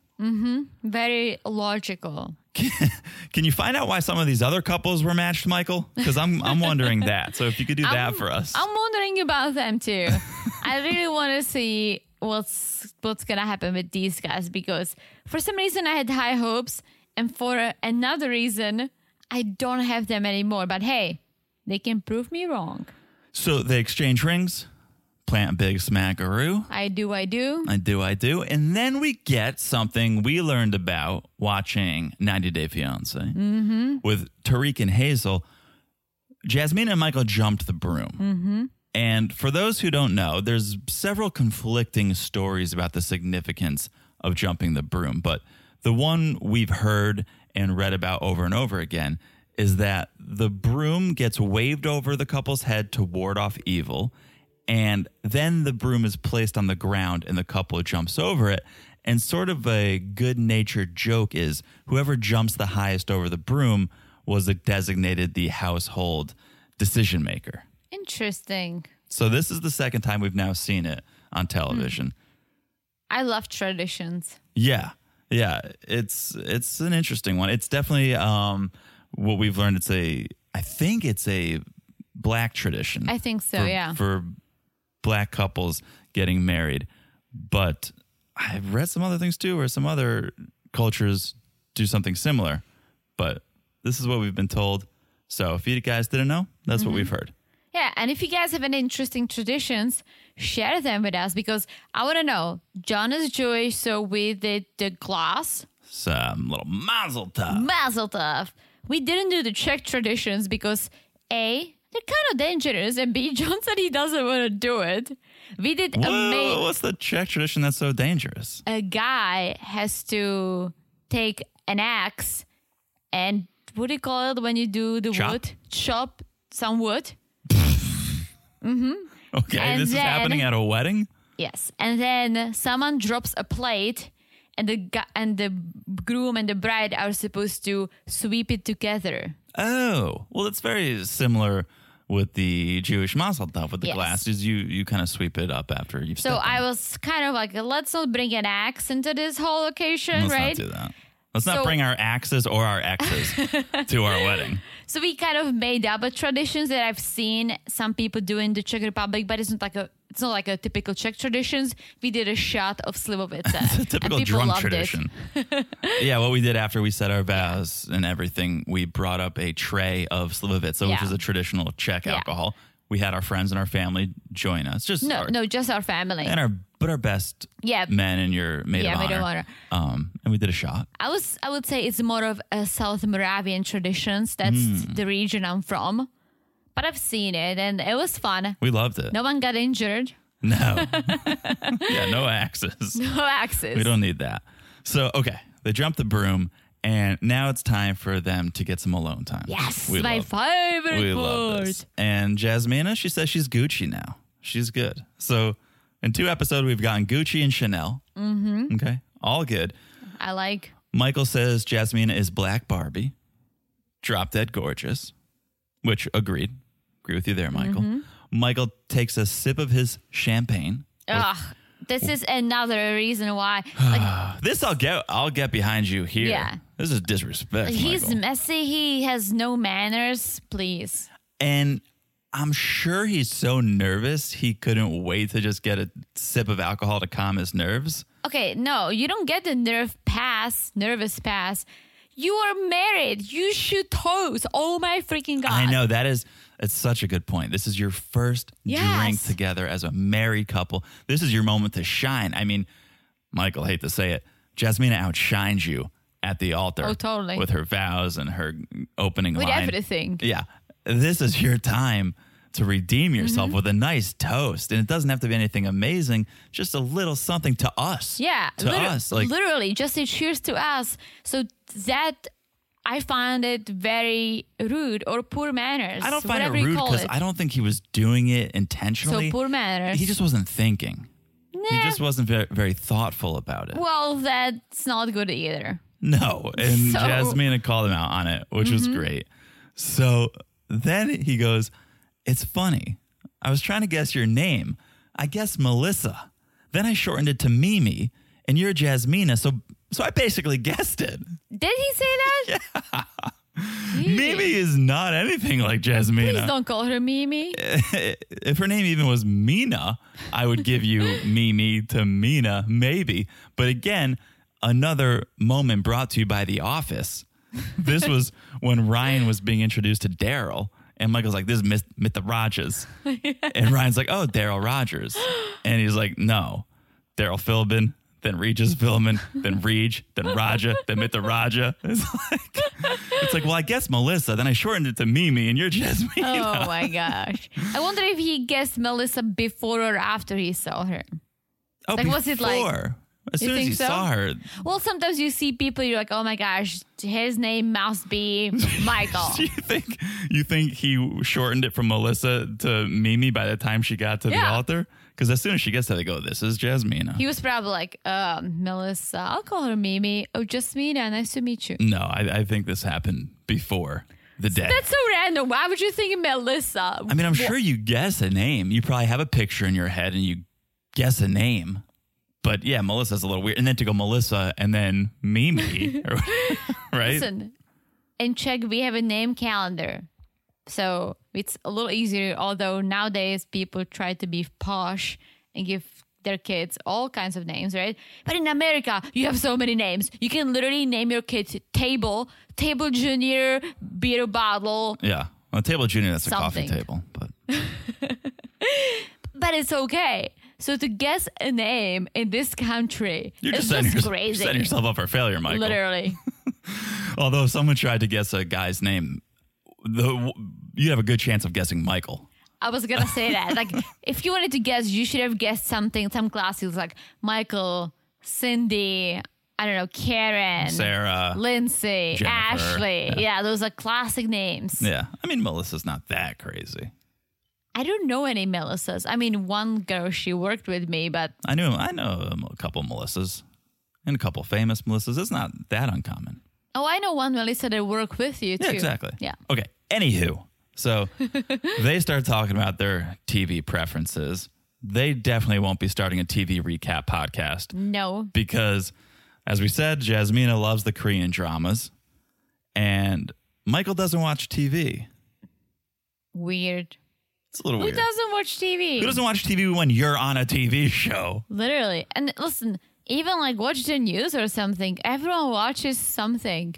Very logical.
Can you find out why some of these other couples were matched, Michael? Because I'm I'm wondering that. So if you could do that for us,
[laughs] I'm wondering about them too.
[laughs]
I really want to see what's what's gonna happen with these guys because for some reason I had high hopes, and for another reason I don't have them anymore. But hey, they can prove me wrong.
so they exchange rings, plant a big smackaroo.
I do, I do.
I do, I do. And then we get something we learned about watching 90 Day Fiance with Tariq and Hazel. Jasmine and Michael jumped the broom. And for those who don't know, there's several conflicting stories about the significance of jumping the broom. But the one we've heard and read about over and over again is that the broom gets waved over the couple's head to ward off evil. And then the broom is placed on the ground and the couple jumps over it. And sort of a good natured joke is whoever jumps the highest over the broom was designated the household decision maker.
Interesting.
So this is the second time we've now seen it on television.
I love traditions.
Yeah. Yeah, it's it's an interesting one. It's definitely um what we've learned it's a I think it's a black tradition.
I think so.
for,
yeah.
For black couples getting married. But I've read some other things too where some other cultures do something similar. But this is what we've been told. So if you guys didn't know, that's
Mm-hmm.
what we've heard.
Yeah, and if you guys have any interesting traditions, share them with us because I want to know. John is Jewish, so we did the glass.
Some um, little mazel tov.
Mazel tov. We didn't do the Czech traditions because A, they're kind of dangerous, and B, [laughs] John said he doesn't want to do it. We did a,
Whoa,
ma-
what's the Czech tradition that's so dangerous? [laughs]
a guy has to take an axe and what do you call it when you do the
Chop?
wood? Chop some wood.
Okay,
And
this is
then-
happening at a wedding.
Yes, and then someone drops a plate, and the gu- and the groom and the bride are supposed to sweep it together.
Oh, well, it's very similar with the Jewish mazel tov with the
Yes.
glasses. You you kind of sweep it up after you've.
So
stepped on
I
it.
was kind of like, let's not bring an axe into this whole occasion,
Let's
right?
not do that. Let's not
So-
bring our axes or our
[laughs]
exes to our wedding.
So we kind of made up a traditions that I've seen some people do in the Czech Republic, but it's not like a it's not like a typical Czech traditions. We did a shot of
[laughs]
slivovice.
It's a typical drunk
[laughs]
tradition. yeah, what we did after we said our vows and everything, we brought up a tray of slivovica, which
Yeah.
is a traditional Czech
Yeah.
alcohol. We had our friends and our family join us. Just
No,
our-
no, just our family.
and our but our best
Yeah.
men in your maid
Yeah,
of honor.
maid of
Um, and we did a shot.
I was I would say it's more of a South Moravian traditions. That's
Hmm.
the region I'm from. But I've seen it and it was fun.
We loved it.
No one got injured. [laughs]
No. yeah, no axes.
No axes.
We don't need that. So, okay, they jumped the broom, and now it's time for them to get some alone time.
yes,
we
my
love,
favorite
we love
part.
this. And Jasmina, she says she's Gucci now. She's good. So, in two episodes, we've gotten Gucci and Chanel. Mm-hmm. Okay, all good.
I like
Michael says Jasmina is Black Barbie, drop dead gorgeous, which agreed. Agree with you there, Michael.
Mm-hmm.
Michael takes a sip of his champagne.
Ugh, this is another reason why
Ah,
like,
This I'll get. I'll get behind you here.
Yeah.
This is disrespect.
he's
Michael.
messy. He has no manners. Please,
and I'm sure he's so nervous he couldn't wait to just get a sip of alcohol to calm his nerves.
okay, no, you don't get the nerve pass, nervous pass. You are married. You should toast. Oh my freaking god!
I know that is. It's such a good point. This is your first drink
Yes.
together as a married couple. This is your moment to shine. I mean, Michael, hate to say it, Jasmina outshines you at the altar.
Oh, totally.
With her vows and her opening
With
line.
everything.
Yeah. This is your time to redeem yourself
Mm-hmm.
with a nice toast. And it doesn't have to be anything amazing, just a little something to us.
Yeah,
To
liter-
us. Like,
literally, just say cheers to us. So that I find it very rude or poor manners.
I don't find it
whatever you
rude
call
because
it.
I don't think he was doing it intentionally.
so poor manners.
He just wasn't thinking. He
Nah.
just wasn't very, very thoughtful about it.
well, that's not good either.
no. And
So- Mm-hmm.
Jasmina called him out on it, which was great. So then he goes, It's funny. I was trying to guess your name. I guess Melissa. Then I shortened it to Mimi, and you're Jasmina. So, so I basically guessed it.
Did he say that? Yeah.
Mimi is not anything like
Please
Jasmina.
don't call her Mimi.
[laughs] If her name even was Mina, I would give you Mimi to Mina, maybe. But again, another moment brought to you by The Office. This was when Ryan was being introduced to Daryl, and Michael's like, "This is Miss- Mr. Rogers," and Ryan's like, "Oh, Daryl Rogers," and he's like, "No, Daryl Philbin." Then Regis Philbin, then Reg, then Raja, then Mr. Raja. [laughs] It's like, it's like, well, I guess Melissa. Then I shortened it to [laughs] Mimi, and you're Jasmine.
Oh my gosh. I wonder if he guessed Melissa before or after he saw her.
Oh,
Like, was it like-
before. As
You
soon as
think
you
so?
saw her,
Well, sometimes you see people, you're like, oh my gosh, his name must be Michael.
[laughs] do you think you think he shortened it from Melissa to Mimi by the time she got to the
Yeah.
altar? Because as soon as she gets there, they go, "This is Jasmina."
He was probably like, uh, Melissa, I'll call her Mimi. Oh, just Mina, nice to meet you.
no, I, I think this happened before the day.
That's so random. Why would you think Melissa?
I mean, I'm sure you guess a name. You probably have a picture in your head and you guess a name. But yeah, Melissa's a little weird. And then to go Melissa and then Mimi, [laughs] or- right?
Listen, in Czech, we have a name calendar. So it's a little easier, although nowadays people try to be posh and give their kids all kinds of names, right? But in America, you have so many names. You can literally name your kids Table, Table Junior, Beer Bottle,
Yeah. Well, table junior, that's a coffee
Something.
table. But
but it's okay. So to guess a name in this country
you're
is
just,
just,
setting, yourself-
crazy.
setting yourself up for failure, Michael.
Literally.
Although if someone tried to guess a guy's name, the, you'd have a good chance of guessing Michael.
I was gonna say that. Like [laughs] if you wanted to guess, you should have guessed something, some classics like Michael, Cindy, I don't know, Karen,
Sarah.
Lindsay,
Jennifer,
Ashley.
yeah.
Yeah. those are classic names.
yeah. I mean, Melissa's not that crazy.
I don't know any Melissas. I mean one girl she worked with me, but
I knew I know a couple Melissas and a couple famous Melissas. It's not that uncommon.
oh I know one Melissa that worked with you too.
Yeah, exactly.
Yeah.
Okay. Anywho,
[laughs]
so they start talking about their TV preferences. They definitely won't be starting a TV recap podcast
No.
because, as we said, Jasmina loves the Korean dramas, and Michael doesn't watch TV.
Weird.
It's a little
Who
weird.
doesn't watch TV?
Who doesn't watch TV when you're on a TV show?
Literally. And listen, even like watch the news or something. Everyone watches something.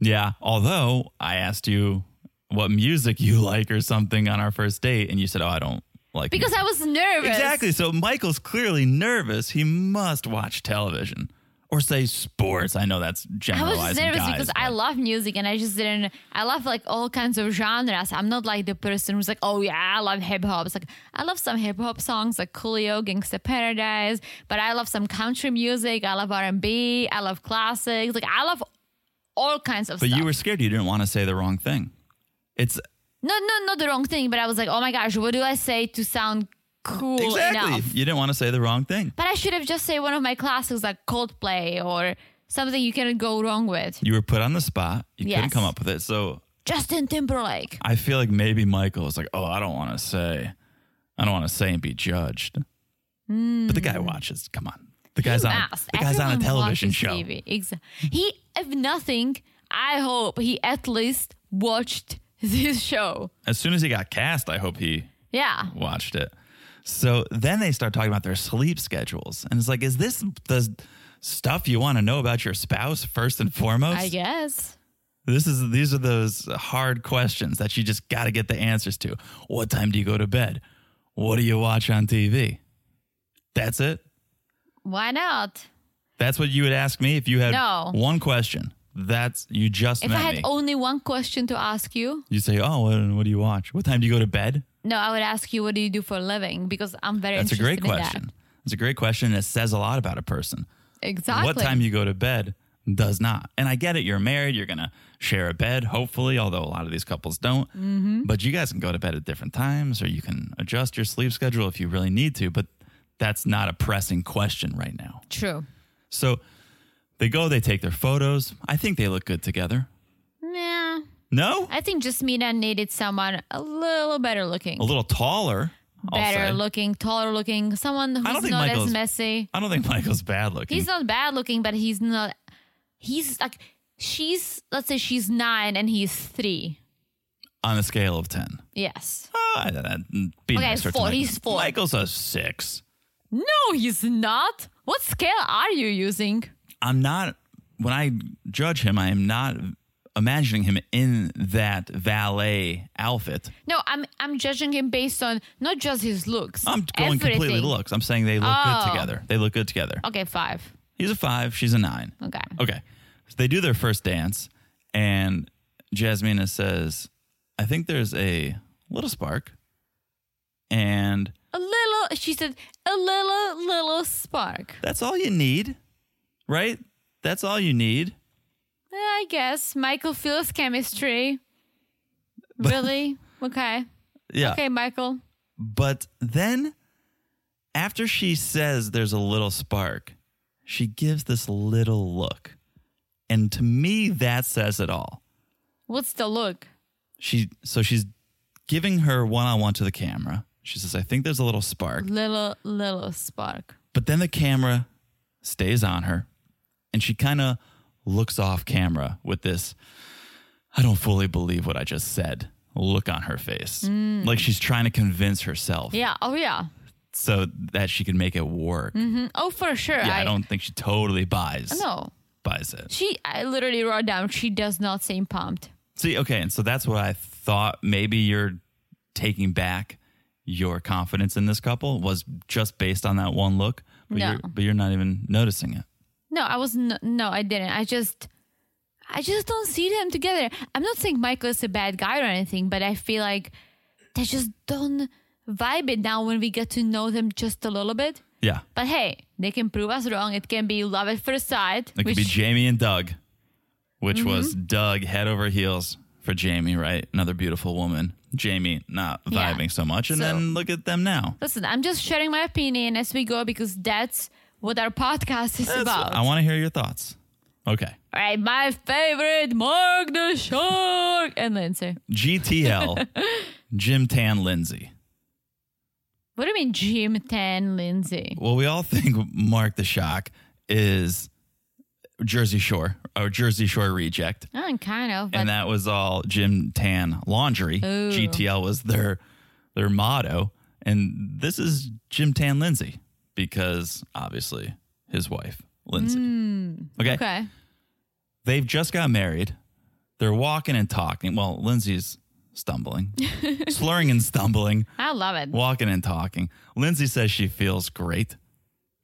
Yeah. [laughs] Although I asked you what music you like or something on our first date, and you said, "Oh, I don't like
because I was nervous.
Exactly. So Michael's clearly nervous. He must watch television or say sports. I know that's
I was
generalizing.
just nervous
guys,
because I
but-
love music and I just didn't. I love like all kinds of genres. I'm not like the person who's like, oh yeah, I love hip hop. It's like I love some hip hop songs like Coolio, Gangsta Paradise, but I love some country music. I love R and B. I love classics. Like I love all kinds of
But
stuff.
you were scared. You didn't want to say the wrong thing. It's
no, no, not the wrong thing. But I was like, oh my gosh, what do I say to sound cool
exactly.
enough?
You didn't want to say the wrong thing.
But I should have just said one of my classics like Coldplay or something you cannot go wrong with.
You were put on the spot. You couldn't
Yes.
come up with it. So
Justin Timberlake.
I feel like maybe Michael is like, oh, I don't want to say, I don't want to say and be judged. But the guy watches. Come on, the guy's on.
Must.
The guy's on a
Hmm. Everyone
television
watches
show.
TV. Exa- He, if nothing, I hope he at least watched [laughs] this show.
As soon as he got cast, I hope he
Yeah.
watched it. So then they start talking about their sleep schedules, and it's like, is this the stuff you want to know about your spouse first and foremost?
I guess.
This is these are those hard questions that you just got to get the answers to. What time do you go to bed? What do you watch on TV? That's it.
Why not?
That's what you would ask me if you had
No.
one question. That's you just
If
met
I had
me.
only one question to ask you,
you say, "Oh, what, what do you watch? What time do you go to bed?"
no, I would ask you, what do you do for a living? Because I'm very
That's a
interested
great
in that.
question. That's a great question. and It says a lot about a person.
Exactly.
What time you go to bed does not. And I get it. You're married. You're gonna share a bed, hopefully. Although a lot of these couples don't.
Mm-hmm.
But you guys can go to bed at different times, or you can adjust your sleep schedule if you really need to. But that's not a pressing question right now.
True.
So they go. They take their photos. I think they look good together.
Nah.
No,
I think just Mina needed someone a little better looking.
a little taller. I'll
better
say.
looking, taller looking, someone who's
don't
not
think Michael's-
as messy.
I don't think Michael's bad looking.
He's not bad looking, but he's not. He's like she's. Let's say she's nine and he's three.
on a scale of ten.
Yes.
Oh, I- that'd be
Okay,
nicer to
four.
Michael.
He's four.
Michael's a six.
No, he's not. What scale are you using?
I'm not. When I judge him, I am not imagining him in that valet outfit.
No, I'm I'm judging him based on not just his looks.
I'm going completely
everything.
looks. I'm saying they look
Oh.
good together. They look good together.
Okay, five.
He's a five. She's a nine.
Okay.
Okay. So they do their first dance, and Jasmina says, I think there's a little spark. And
A little. She said a little little spark.
that's all you need, right? That's all you need.
Eh, I guess Michael feels chemistry.
[laughs]
Really? okay.
Yeah.
Okay, Michael.
But then after she says there's a little spark, she gives this little look. And to me, that says it all.
What's the look?
She so she's giving her one on one to the camera. She says, I think there's a little spark.
Little little spark.
But then the camera stays on her and she kind of looks off camera with this I don't fully believe what I just said look on her face. Like she's trying to convince herself
Yeah. Oh yeah.
so that she can make it work.
Mm, Oh, for sure.
Yeah, I, don't think she totally buys
No,
buys it.
she. I literally wrote down. She does not seem pumped.
See, okay, and so that's what I thought. Maybe you're taking back your confidence in this couple was just based on that one look, but,
No.
you're, but you're not even noticing it.
No, I was. No, no, I didn't. I just. I just don't see them together. I'm not saying Michael is a bad guy or anything, but I feel like they just don't vibe it now when we get to know them just a little bit.
Yeah,
But hey, they can prove us wrong. It can be love at first sight.
it could be
which-
Jamie and Doug, which
Mm-hmm.
was Doug head over heels for Jamie, right? Another beautiful woman. Jamie not
Yeah.
vibing so much, and
So-
then look at them now.
Listen, I'm just sharing my opinion as we go because that's what our podcast is about.
I want to hear your thoughts. Okay,
All right, my favorite, Mark the Shark and Lindsay. [laughs]
GTL, Jim Tan Lindsay.
What do you mean, Jim Tan Lindsay?
Well, we all [laughs] think Mark the Shock is Jersey Shore or Jersey Shore reject.
Oh, kind of, but
and that was all Jim Tan Laundry. GTL was their their motto. And this is Jim Tan Lindsay because obviously his wife, Lindsay. Okay.
okay.
They've just got married. They're walking and talking. Well, Lindsay's stumbling, slurring and stumbling,
I love it.
walking and talking. Lindsay says she feels great.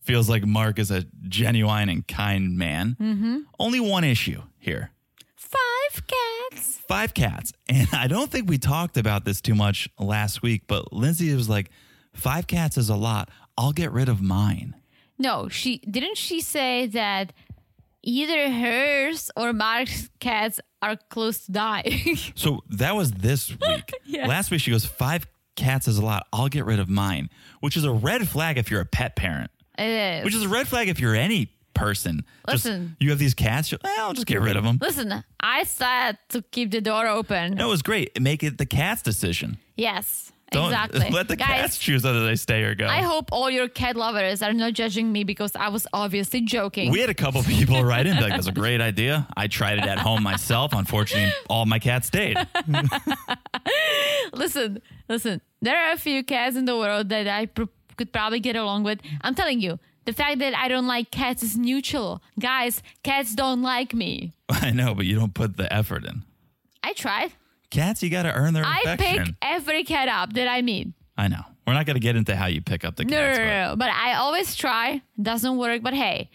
Feels like Mark is a genuine and kind man. Mm-hmm. Only one issue here
Five cats.
five cats. And [laughs] I don't think we talked about this too much last week, but Lindsay was like, five cats is a lot. I'll get rid of mine.
No, she didn't. She say that either hers or Mark's cats are close to dying. [laughs]
So that was this week. Last week she goes, five cats is a lot. I'll get rid of mine, which is a red flag if you're a pet parent,
it is.
which is a red flag if you're any person. Just-
Listen.
you have these cats, you're, "Eh, I'll just get rid of them.
Listen, I said to keep the door open.
That was great. Make it the cat's decision.
Yes,
Don't [laughs]
exactly.
let the
Guys,
cats choose whether they stay or go.
I hope all your cat lovers are not judging me because I was obviously joking.
We had a couple people write in, be like, that's a great idea. I tried it at home myself. Unfortunately, all my cats stayed. [laughs]
listen, listen. There are a few cats in the world that I pr- could probably get along with. I'm telling you, the fact that I don't like cats is neutral. Guys, cats don't like me.
I know, but you don't put the effort in.
I tried.
Cats, you got to earn their
I
affection.
pick every cat up that I meet.
I know. We're not going to get into how you pick up the
No, no,
cats.
no,
but-
no, no. But I always try. Doesn't work. But hey,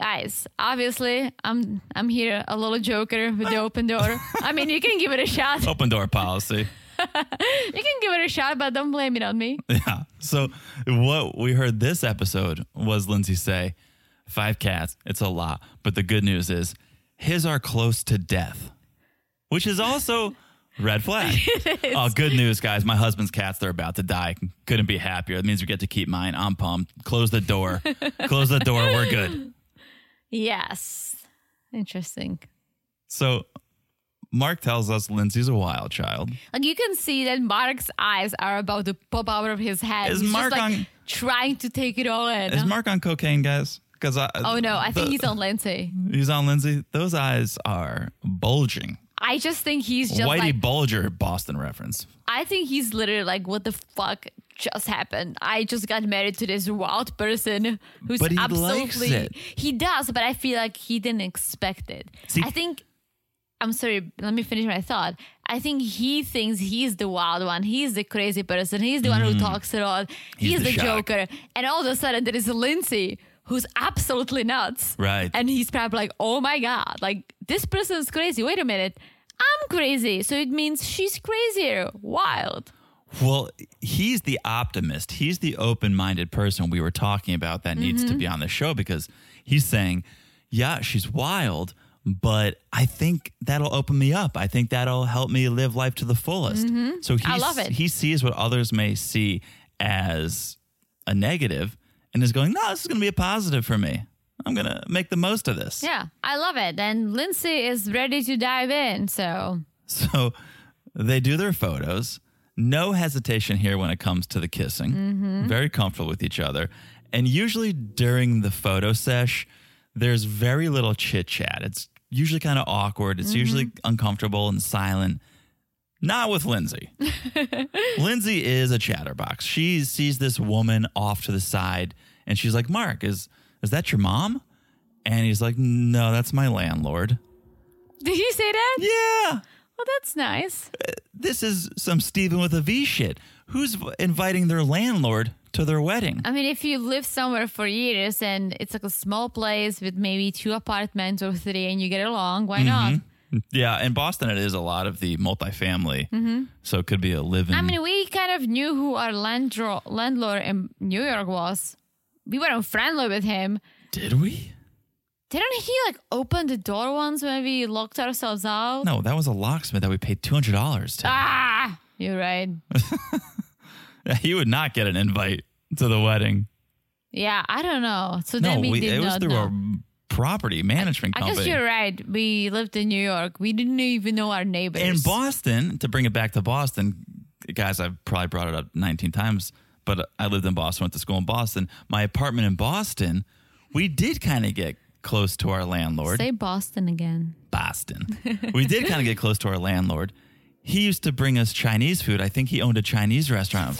guys, obviously I'm I'm here a little joker with the open door. I mean, you can give it a shot.
Open door policy.
You can give it a shot, but don't blame it on me.
Yeah. So what we heard this episode was Lindsay say, five cats, it's a lot. But the good news is his are close to death. Which is also red
[laughs]
flag. Oh, good news, guys. My husband's cats, they're about to die. Couldn't be happier. It means we get to keep mine. I'm pumped. Close the
[laughs]
door. Close the door. We're good.
Yes. Interesting.
So Mark tells us Lindsay's a wild child.
Like you can see that Mark's eyes are about to pop out of his head.
Is
He's just,
Mark
like,
on-
trying to take it all in.
Is Mark on cocaine, guys? Because
oh no, I think he's on Lindsay.
he's on Lindsay. Those eyes are bulging.
I just think he's just
Whitey
like
Bulger Boston reference.
I think he's literally like, what the fuck just happened? I just got married to this wild person who's
But he likes
absolutely
it.
he does, but I feel like he didn't expect it.
See-
I think I'm sorry, let me finish my thought. I think he thinks he's the wild one. He's the crazy person. He's the one who talks a lot. He's,
Mm. the
the,
shock.
joker. And all of a sudden there is Lindsay who's absolutely nuts.
Right.
And he's probably like, oh my God, like this person is crazy. Wait a minute. I'm crazy. So it means she's crazier. Wild.
Well, he's the optimist. He's the open minded person we were talking about that needs
Mm-hmm.
to be on the show because he's saying, yeah, she's wild, but I think that'll open me up. I think that'll help me live life to the fullest. So he,
Mm-hmm. I love it.
he sees what others may see as a negative and is going, no, this is going to be a positive for me. I'm going to make the most of this.
Yeah, I love it. And Lindsay is ready to dive in. So
So they do their photos. No hesitation here when it comes to the kissing. Very comfortable with each other. And usually during the photo sesh, there's very little chit chat. It's usually kind of awkward. It's usually uncomfortable and silent. Not with Lindsay. Lindsay is a chatterbox. She sees this woman off to the side and she's like, Mark, is, is that your mom? And he's like, No, that's my landlord.
did you say that?
Yeah.
Well, that's nice.
this is some Steven with a V shit. Who's v- inviting their landlord to their wedding?
I mean, if you live somewhere for years and it's like a small place with maybe two apartments or three and you get along, why not?
Yeah, in Boston it is a lot of the multifamily,
Mm-hmm.
so it could be a living.
I mean, we kind of knew who our landro- landlord in New York was. We weren't friendly with him.
Did we?
Didn't he like open the door once when we locked ourselves out?
No, that was a locksmith that we paid two hundred dollars to.
Ah, you're right. Uh,
[laughs] he would not get an invite to the wedding.
Yeah, I don't know. So
No,
then we,
we,
did
it was
not
through
know.
a property management
I
company.
guess you're right. We lived in New York. We didn't even know our neighbors.
In Boston, to bring it back to Boston, guys, I've probably brought it up 19 times, but I lived in Boston, went to school in Boston. My apartment in Boston, we did kind of get close to our landlord.
Say Boston again.
Boston. we did kind of get close to our landlord. He used to bring us Chinese food. I think he owned a Chinese restaurant.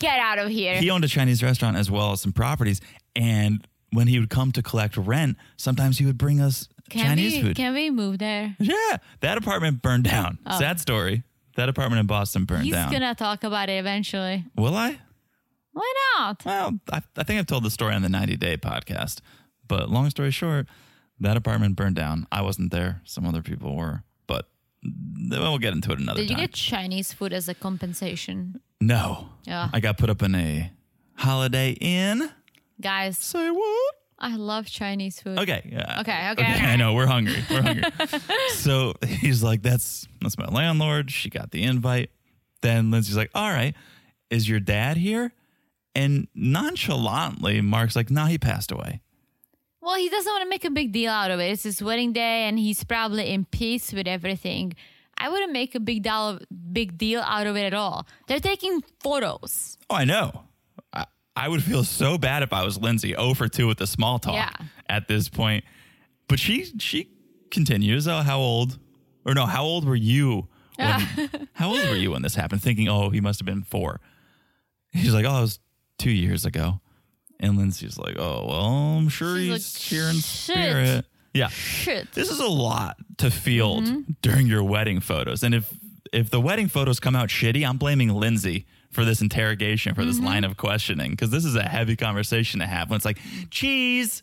Get out of here.
He owned a Chinese restaurant as well as some properties. And when he would come to collect rent, sometimes he would bring us
can
Chinese
we
food.
can we move there?
Yeah, that apartment burned down. Sad story. That apartment in Boston burned
He's
down.
gonna talk about it eventually.
Will I?
Why not?
Well, I, I think I've told the story on the 90 Day podcast. But long story short, that apartment burned down. I wasn't there. Some other people were. But we'll get into it another
Did you
time.
get Chinese food as a compensation?
no.
Yeah.
I got put up in a holiday inn.
Guys,
Say what?
I love Chinese food.
Okay. yeah.
Okay, okay, okay.
I know we're hungry. We're hungry. [laughs] so he's like, "That's that's my landlord. She got the invite." Then Lindsay's like, "All right, is your dad here?" And nonchalantly, Mark's like, "Nah, he passed away."
Well, he doesn't want to make a big deal out of it. It's his wedding day, and he's probably in peace with everything. I wouldn't make a big deal, big deal out of it at all. They're taking photos.
Oh, I know. I, I would feel so bad if I was Lindsay, 0 for 2 with the small talk
Yeah.
at this point. But she she continues, oh, how old? Or no, how old were you? When, [laughs] how old were you when this happened? Thinking, oh, he must have been four. He's like, oh, it was two years ago. And Lindsay's like, oh, well, I'm sure
She's
he's
like,
here in
"Shit."
spirit. Yeah.
Shit.
This is a lot to field
Mm-hmm.
during your wedding photos. And if if the wedding photos come out shitty, I'm blaming Lindsay for this interrogation, for this
Mm-hmm.
line of questioning, because this is a heavy conversation to have when it's like, cheese.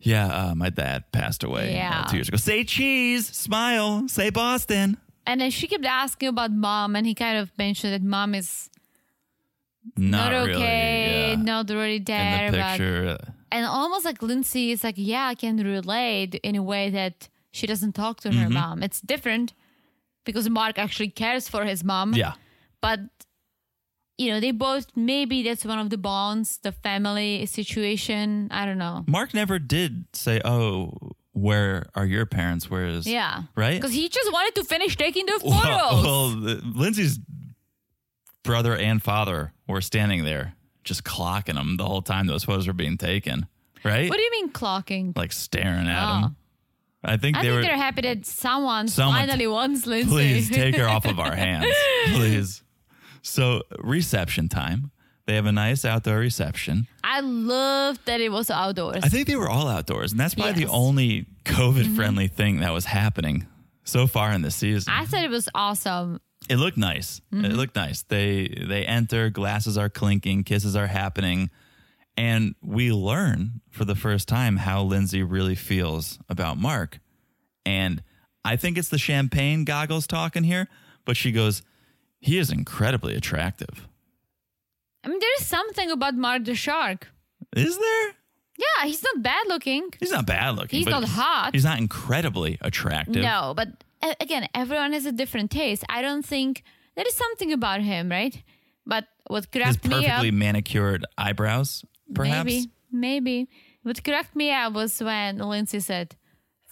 Yeah, uh, my dad passed away uh,
Yeah.
two years ago. Say cheese, smile, say Boston.
And then she kept asking about mom, and he kind of mentioned that mom is
Not,
not,
really.
okay,
yeah.
not Mm-hmm. really there.
In the
but-
picture. uh,
and almost like Lindsay is like, yeah, I can relate in a way that she doesn't talk to
Mm-hmm.
her mom. It's different because Mark actually cares for his mom.
Yeah.
but you know they both maybe that's one of the bonds the family situation i don't know
Mark never did say, oh, where are your parents? Where is.
yeah
Right?
because he just wanted to finish taking the
[laughs]
photos
Well, well, the- Lindsay's brother and father were standing there just clocking him the whole time those photos were being taken, right?
what do you mean clocking
like staring at
Oh.
him. I think
i
they
think
were. [laughs]
they're happy that someone,
Someone-
finally wants lindsay [laughs]
please take her off of our hands, please. So reception time. They have a nice outdoor reception.
i love that it was outdoors
I think they were all outdoors, and that's probably
Yes. Mm-hmm.
the only COVID-friendly thing that was happening so far in the season.
I said it was awesome
It looked nice.
Mm-hmm.
It looked nice. They they enter, glasses are clinking, kisses are happening, and we learn for the first time how Lindsay really feels about Mark. And I think it's the champagne goggles talking here, but she goes, "He is incredibly attractive."
i mean there is something about mark the shark
Is there?
yeah he's not bad looking
He's not bad looking.
He's
but
not hot.
He's not incredibly attractive.
No, but a- again, everyone has a different taste. I don't think there is something about him, right? But what
His
cracked me up,
perfectly manicured eyebrows, perhaps.
maybe, maybe what cracked me up was when Lindsay said,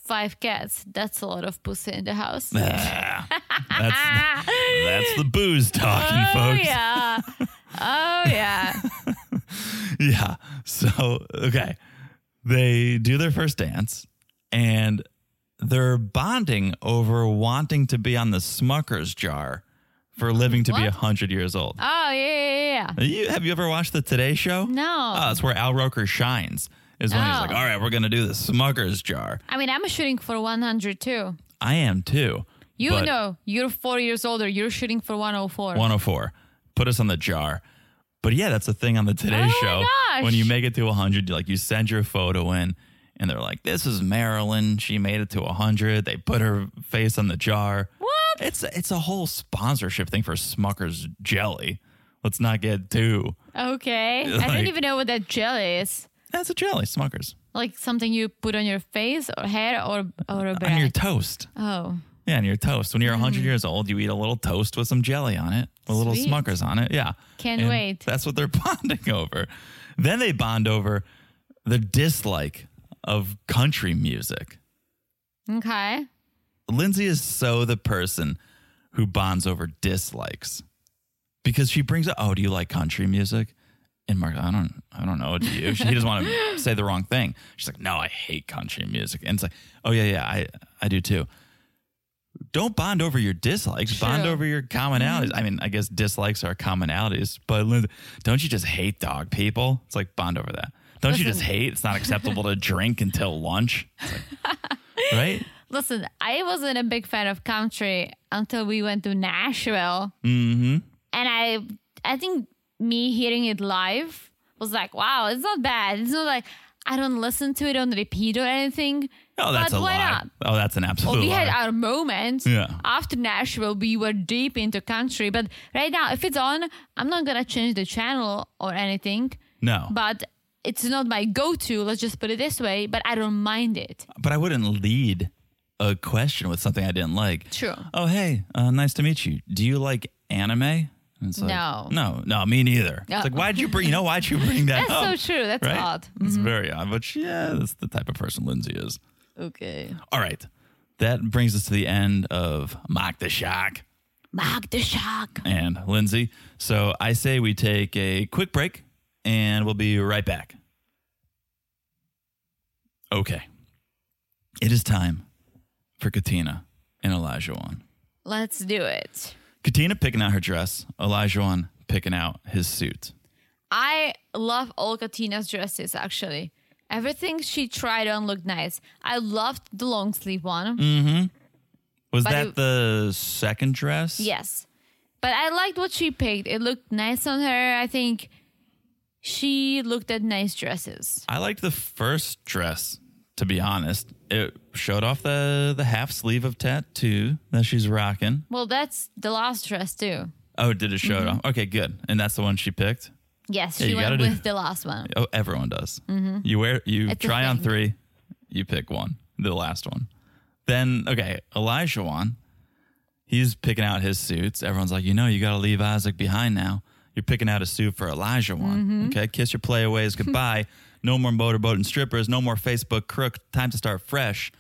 five cats, that's a lot of pussy in the
[laughs]
house."
Ah,
[laughs] Ah.
That's that's the booze talking,
oh
folks. [laughs]
yeah, oh yeah.
Yeah. So, okay. They do their first dance and they're bonding over wanting to be on the Smucker's jar for living to be be
What?
100 years old.
Oh yeah, yeah, yeah.
You, have you ever watched the Today Show?
No.
Oh, that's where Al Roker shines, is when he's
Oh.
like, all right, we're going to do the Smucker's jar.
I mean, I'm shooting for 100 too.
I am too.
You
but
know, you're four years older. You're shooting for 104.
104. Put us on the jar. But yeah, that's the thing on the Today
Oh my
Show.
gosh.
When you make it to 100, you like you send your photo in, and they're like, "This is Marilyn. She made it to 100." They put her face on the jar. What? It's it's a whole sponsorship thing for Smucker's jelly. Let's not get too.
Okay,
[laughs]
I
Like-
don't even know what that gel is.
That's a jelly, Smucker's
like something you put on your face or hair or or a
on your
bread.
toast.
oh,
Yeah, on your toast. When you're 100 years old, you eat a little toast with some jelly on it, with little
Mm-hmm. Sweet.
Smuckers on it. Yeah.
Can't
And
wait.
That's what they're [laughs] bonding over. Then they bond over the dislike of country music.
okay.
Lindsay is so the person who bonds over dislikes because she brings up, "Oh, do you like country music?" And Mark, I don't, I don't know. Do you? She, he doesn't want to say the wrong thing. She's like, "No, I hate country music." And it's like, "Oh yeah, yeah, I, I do too." Don't bond over your dislikes. Bond
True.
over your commonalities. I mean, I guess dislikes are commonalities, but Lindsay, don't you just hate dog people? It's like bond over that. Don't you just hate? It's not acceptable to drink until lunch, It's like- right?
Listen, I wasn't a big fan of country until we went to Nashville.
Mm-hmm.
And I I think me hearing it live was like, wow, it's not bad. It's not like I don't listen to it on repeat or anything.
Oh, that's
but
a
why
lie.
not?
Oh, that's an absolute
we had uh,
lie.
our moments.
Yeah.
After Nashville, we were deep into country. But right now, if it's on, I'm not gonna change the channel or anything.
no. But,
But it's not my go-to. Let's just put it this way. But I don't mind
[laughs]
it.
I wouldn't lead a question with something I didn't like.
True.
Oh, hey, uh, nice to meet you. Do you like anime? And It's like,
No.
No, no, me neither.
Yeah.
It's like, why'd you bring, you know, why'd you bring that
That's
up?
so true. That's
right?
odd. Mm-hmm.
It's very odd, but yeah, that's the type of person Lindsay is.
Okay.
All right. That brings us to the end of Mock the Shock
Mark the shock.
and Lindsay. So I say we take a quick break and we'll be right back. Okay. It is time for Katina and Elijah on.
Let's do it.
Katina picking out her dress, Elijah on picking out his suit.
I love all Katina's dresses actually. Everything she tried on looked nice. I loved the long sleeve one.
Mm. Was
But
that
it-
the second dress?
Yes. But I liked what she picked. It looked nice on her. I think she looked at nice dresses.
I liked the first dress, to be honest. It showed off the, the half sleeve of tattoo that she's rocking.
Well, that's the last dress too.
Oh, did it show
Mm-hmm.
it off? Okay, good. And that's the one she picked.
Yes,
Yeah,
she
you gotta
went
do-
with the last one.
Oh, everyone does. You wear you
Mm-hmm. It's a
try on
thing.
three, you pick one, the last one. Then okay, Elijah one, he's picking out his suits. Everyone's like, you know, you got to leave Isaac behind now. You're picking out a suit for Elijah one.
Mm-hmm.
Okay, kiss your
[laughs]
playaways goodbye. no more motorboat and strippers. No more Facebook crook. Time to start fresh.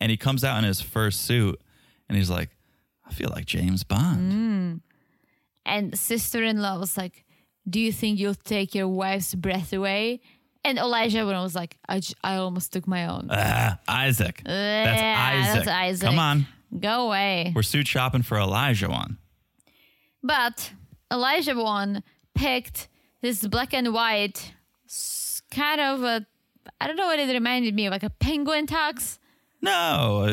And he comes out in his first suit, and he's like, I feel like James Bond.
Mm. And sister in law was like, Do you think you'll take your wife's breath away? And Elijah Wood was like, I, j- I almost took my own.
Ah, Isaac. that's
Yeah,
Isaac.
that's Isaac.
Come on.
Go away.
We're suit shopping for Elijah one.
But Elijah one picked this black and white s- kind of a I don't know what it reminded me of, like a penguin tux.
No,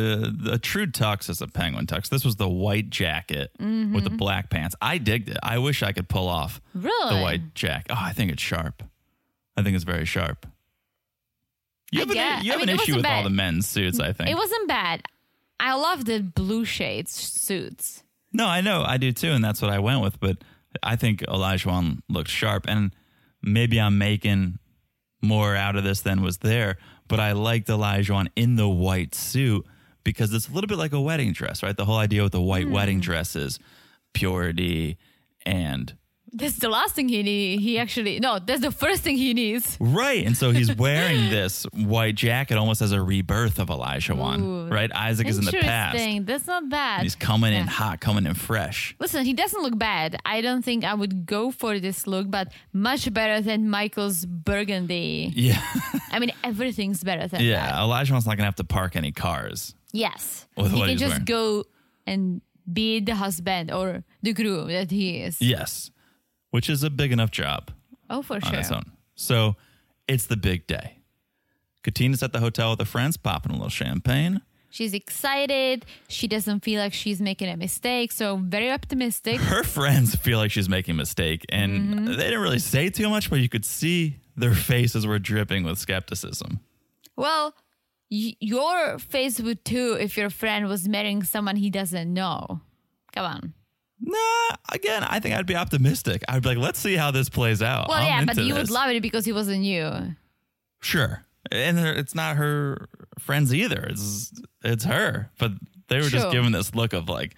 uh, a true tux is a penguin tux. This was the white jacket with the
Mm-hmm.
black pants. I digged it. I wish I could pull off
Really?
the white jacket. Oh, I think it's sharp. I think it's very sharp. You
I
have an,
guess-
you
I
have
mean,
an
it
issue
wasn't
with all
bad.
the men's suits, I think.
It wasn't bad. I love the blue shades suits.
no, I know. I do too. And that's what I went with. But I think Elijah Wan looked sharp. And maybe I'm making more out of this than was there. But I liked Elijah Wan in the white suit because it's a little bit like a wedding dress, right? The whole idea with the white wedding
Hmm.
dress is purity and
That's the last thing he need. He actually no, that's the first thing he needs.
Right. And so
[laughs]
he's wearing this white jacket almost as a rebirth of Elijah Wan,
Ooh.
right? Isaac is in the past. And
Interesting. That's not bad.
he's coming in
Yeah.
hot, coming in
[laughs]
fresh.
Listen, he doesn't look bad. I don't think I would go for this look, but much better than
[laughs]
Michael's burgundy.
Yeah.
I mean, everything's better than that.
yeah. Elijah Wan's not going to have to park any cars.
Yes.
With
he
what
can
he's
just
wearing.
go and be the husband or the groom that he is.
Yes. Which is a big enough job
Oh, for
on
sure.
its own. So it's the big day. Katina's at the hotel with her friends, popping a little champagne.
She's excited. She doesn't feel like she's making a mistake. So,
[laughs]
very optimistic.
Her friends feel like she's making a mistake, and
Mm-hmm.
they didn't really say too much, but you could see their faces were dripping with skepticism.
well, y- your face would too if your friend was marrying someone he doesn't know. Come on.
Nah, again, I think I'd be optimistic. I'd be like, let's see how this plays out.
Well,
I'm
yeah, but
into
you
this.
would love it because he wasn't you.
sure. And her- it's not her friends either. It's it's her. But they were just
Sure.
given this look of like,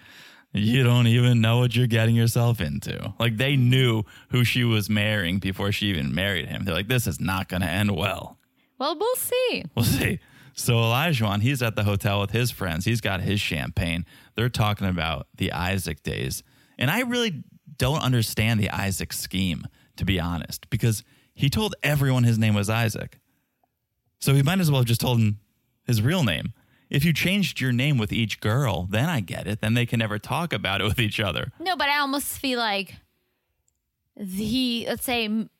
you don't even know what you're getting yourself into. Like they knew who she was marrying before she even married him. They're like, this is not going to end well.
Well, we'll see.
We'll see. So Elijah, he's at the hotel with his friends. He's got his champagne. They're talking about the Isaac days. And I really don't understand the Isaac scheme, to be honest, because he told everyone his name was Isaac. So he might as well have just told him his real name. If you changed your name with each girl, then I get it. Then they can never talk about it with each other.
No, but I almost feel like he, let's say, m-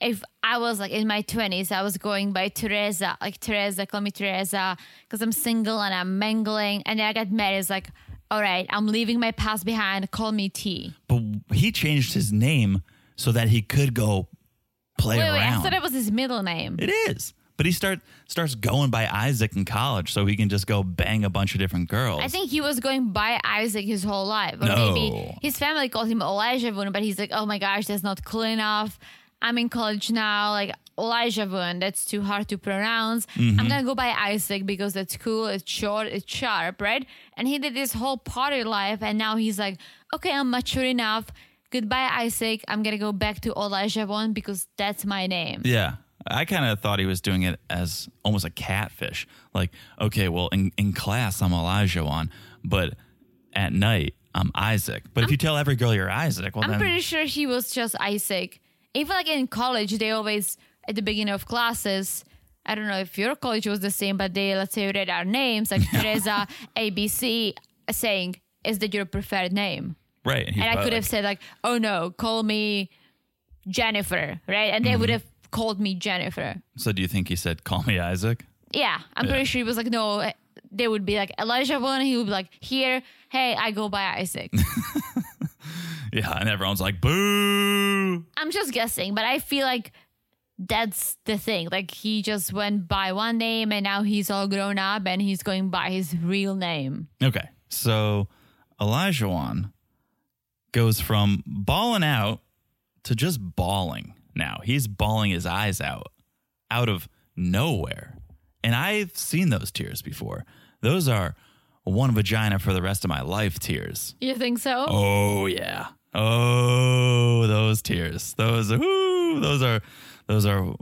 if I was like in my 20s, I was going by Teresa, like Teresa, call me Teresa, because I'm single and I'm mangling. And then I got married. It's like, all right, I'm leaving my past behind. Call me T.
But he changed his name so that he could go play
Wait, wait, I
around.
thought it was his middle name.
It is. But he start starts going by Isaac in college, so he can just go bang a bunch of different girls.
I think he was going by Isaac his whole life. Or
No.
maybe his family called him Elijah Woon, but he's like, oh my gosh, that's not cool enough. I'm in college now. Like, Elijah Woon, that's too hard to pronounce.
Mm-hmm.
I'm going to go by Isaac because that's cool. It's short, it's sharp, right? And he did this whole party life. And now he's like, okay, I'm mature enough. Goodbye, Isaac. I'm going to go back to Elijah Woon because that's my name.
yeah. I kind of thought he was doing it as almost a catfish. Like, okay, well, in, in class, I'm Elijah on, but at night, I'm Isaac. But if you tell every girl you're Isaac, well,
I'm
then.
pretty sure he was just Isaac. Even like in college, they always at the beginning of classes. I don't know if your college was the same, but they let's say read our names like Teresa ABC, saying, "Is that your preferred name?"
right. he's
And I
probably
could have
like,
said like, "Oh no, call me Jennifer," right? And they
Mm-hmm.
would have called me Jennifer.
So do you think he said, call me Isaac? [laughs]
Yeah, I'm pretty sure he was like, "No." eh, They would be like Elijah one. He would be like, "Here, hey, I go by Isaac."
Yeah. And everyone's like, boo.
I'm just guessing, but I feel like that's the thing. Like he just went by one name and now he's all grown up and he's going by his real name.
Okay. So Olajuwon goes from balling out to just bawling now. He's bawling his eyes out out of nowhere. And I've seen those tears before. Those are one vagina for the rest of my life tears.
You think so?
Oh yeah. Oh, those tears. Those whoo, those are those are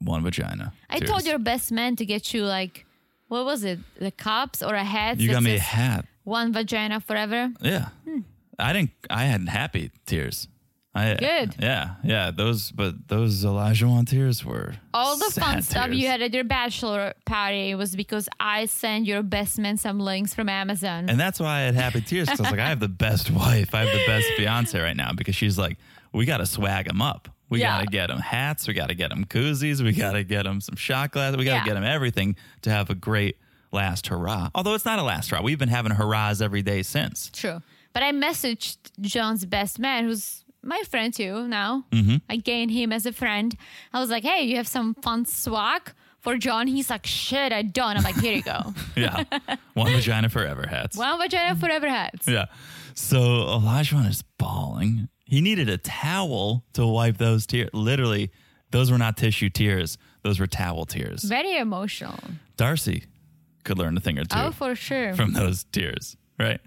one vagina.
I
tears.
told your best man to get you like what was it? The cups or a hat?
you
that
got me a
says
hat.
one vagina forever.
Yeah.
Hmm.
I didn't I had happy tears. I
Good.
Yeah. Yeah. Those but those Elijah Wan tears were
All the
sad
fun stuff you
tears.
had at your bachelor party was because I sent your best man some links from Amazon.
And that's why I had happy tears because I was like, I have the best wife. I have the best fiance right now because she's like, we got to swag him up. We
Yeah.
got to get him hats. We got to get him koozies. We got to get him some shot glasses. We got to
Yeah.
get him everything to have a great last hurrah. Although it's not a last hurrah. We've been having hurrahs every day since.
True. But I messaged John's best man, who's my friend too now. Mm-hmm. I gained him as a friend. I was like, hey, you have some fun swag for John? He's like, shit, I don't. I'm like, here you
[laughs]
go. [laughs]
Yeah. One vagina forever hats.
One vagina forever
[laughs]
hats.
Yeah. So Olajuwon is bawling. He needed a towel to wipe those tears. Literally, those were not tissue tears. Those were towel tears.
Very emotional.
Darcy could learn a thing or two
Oh, for sure.
from those tears, right?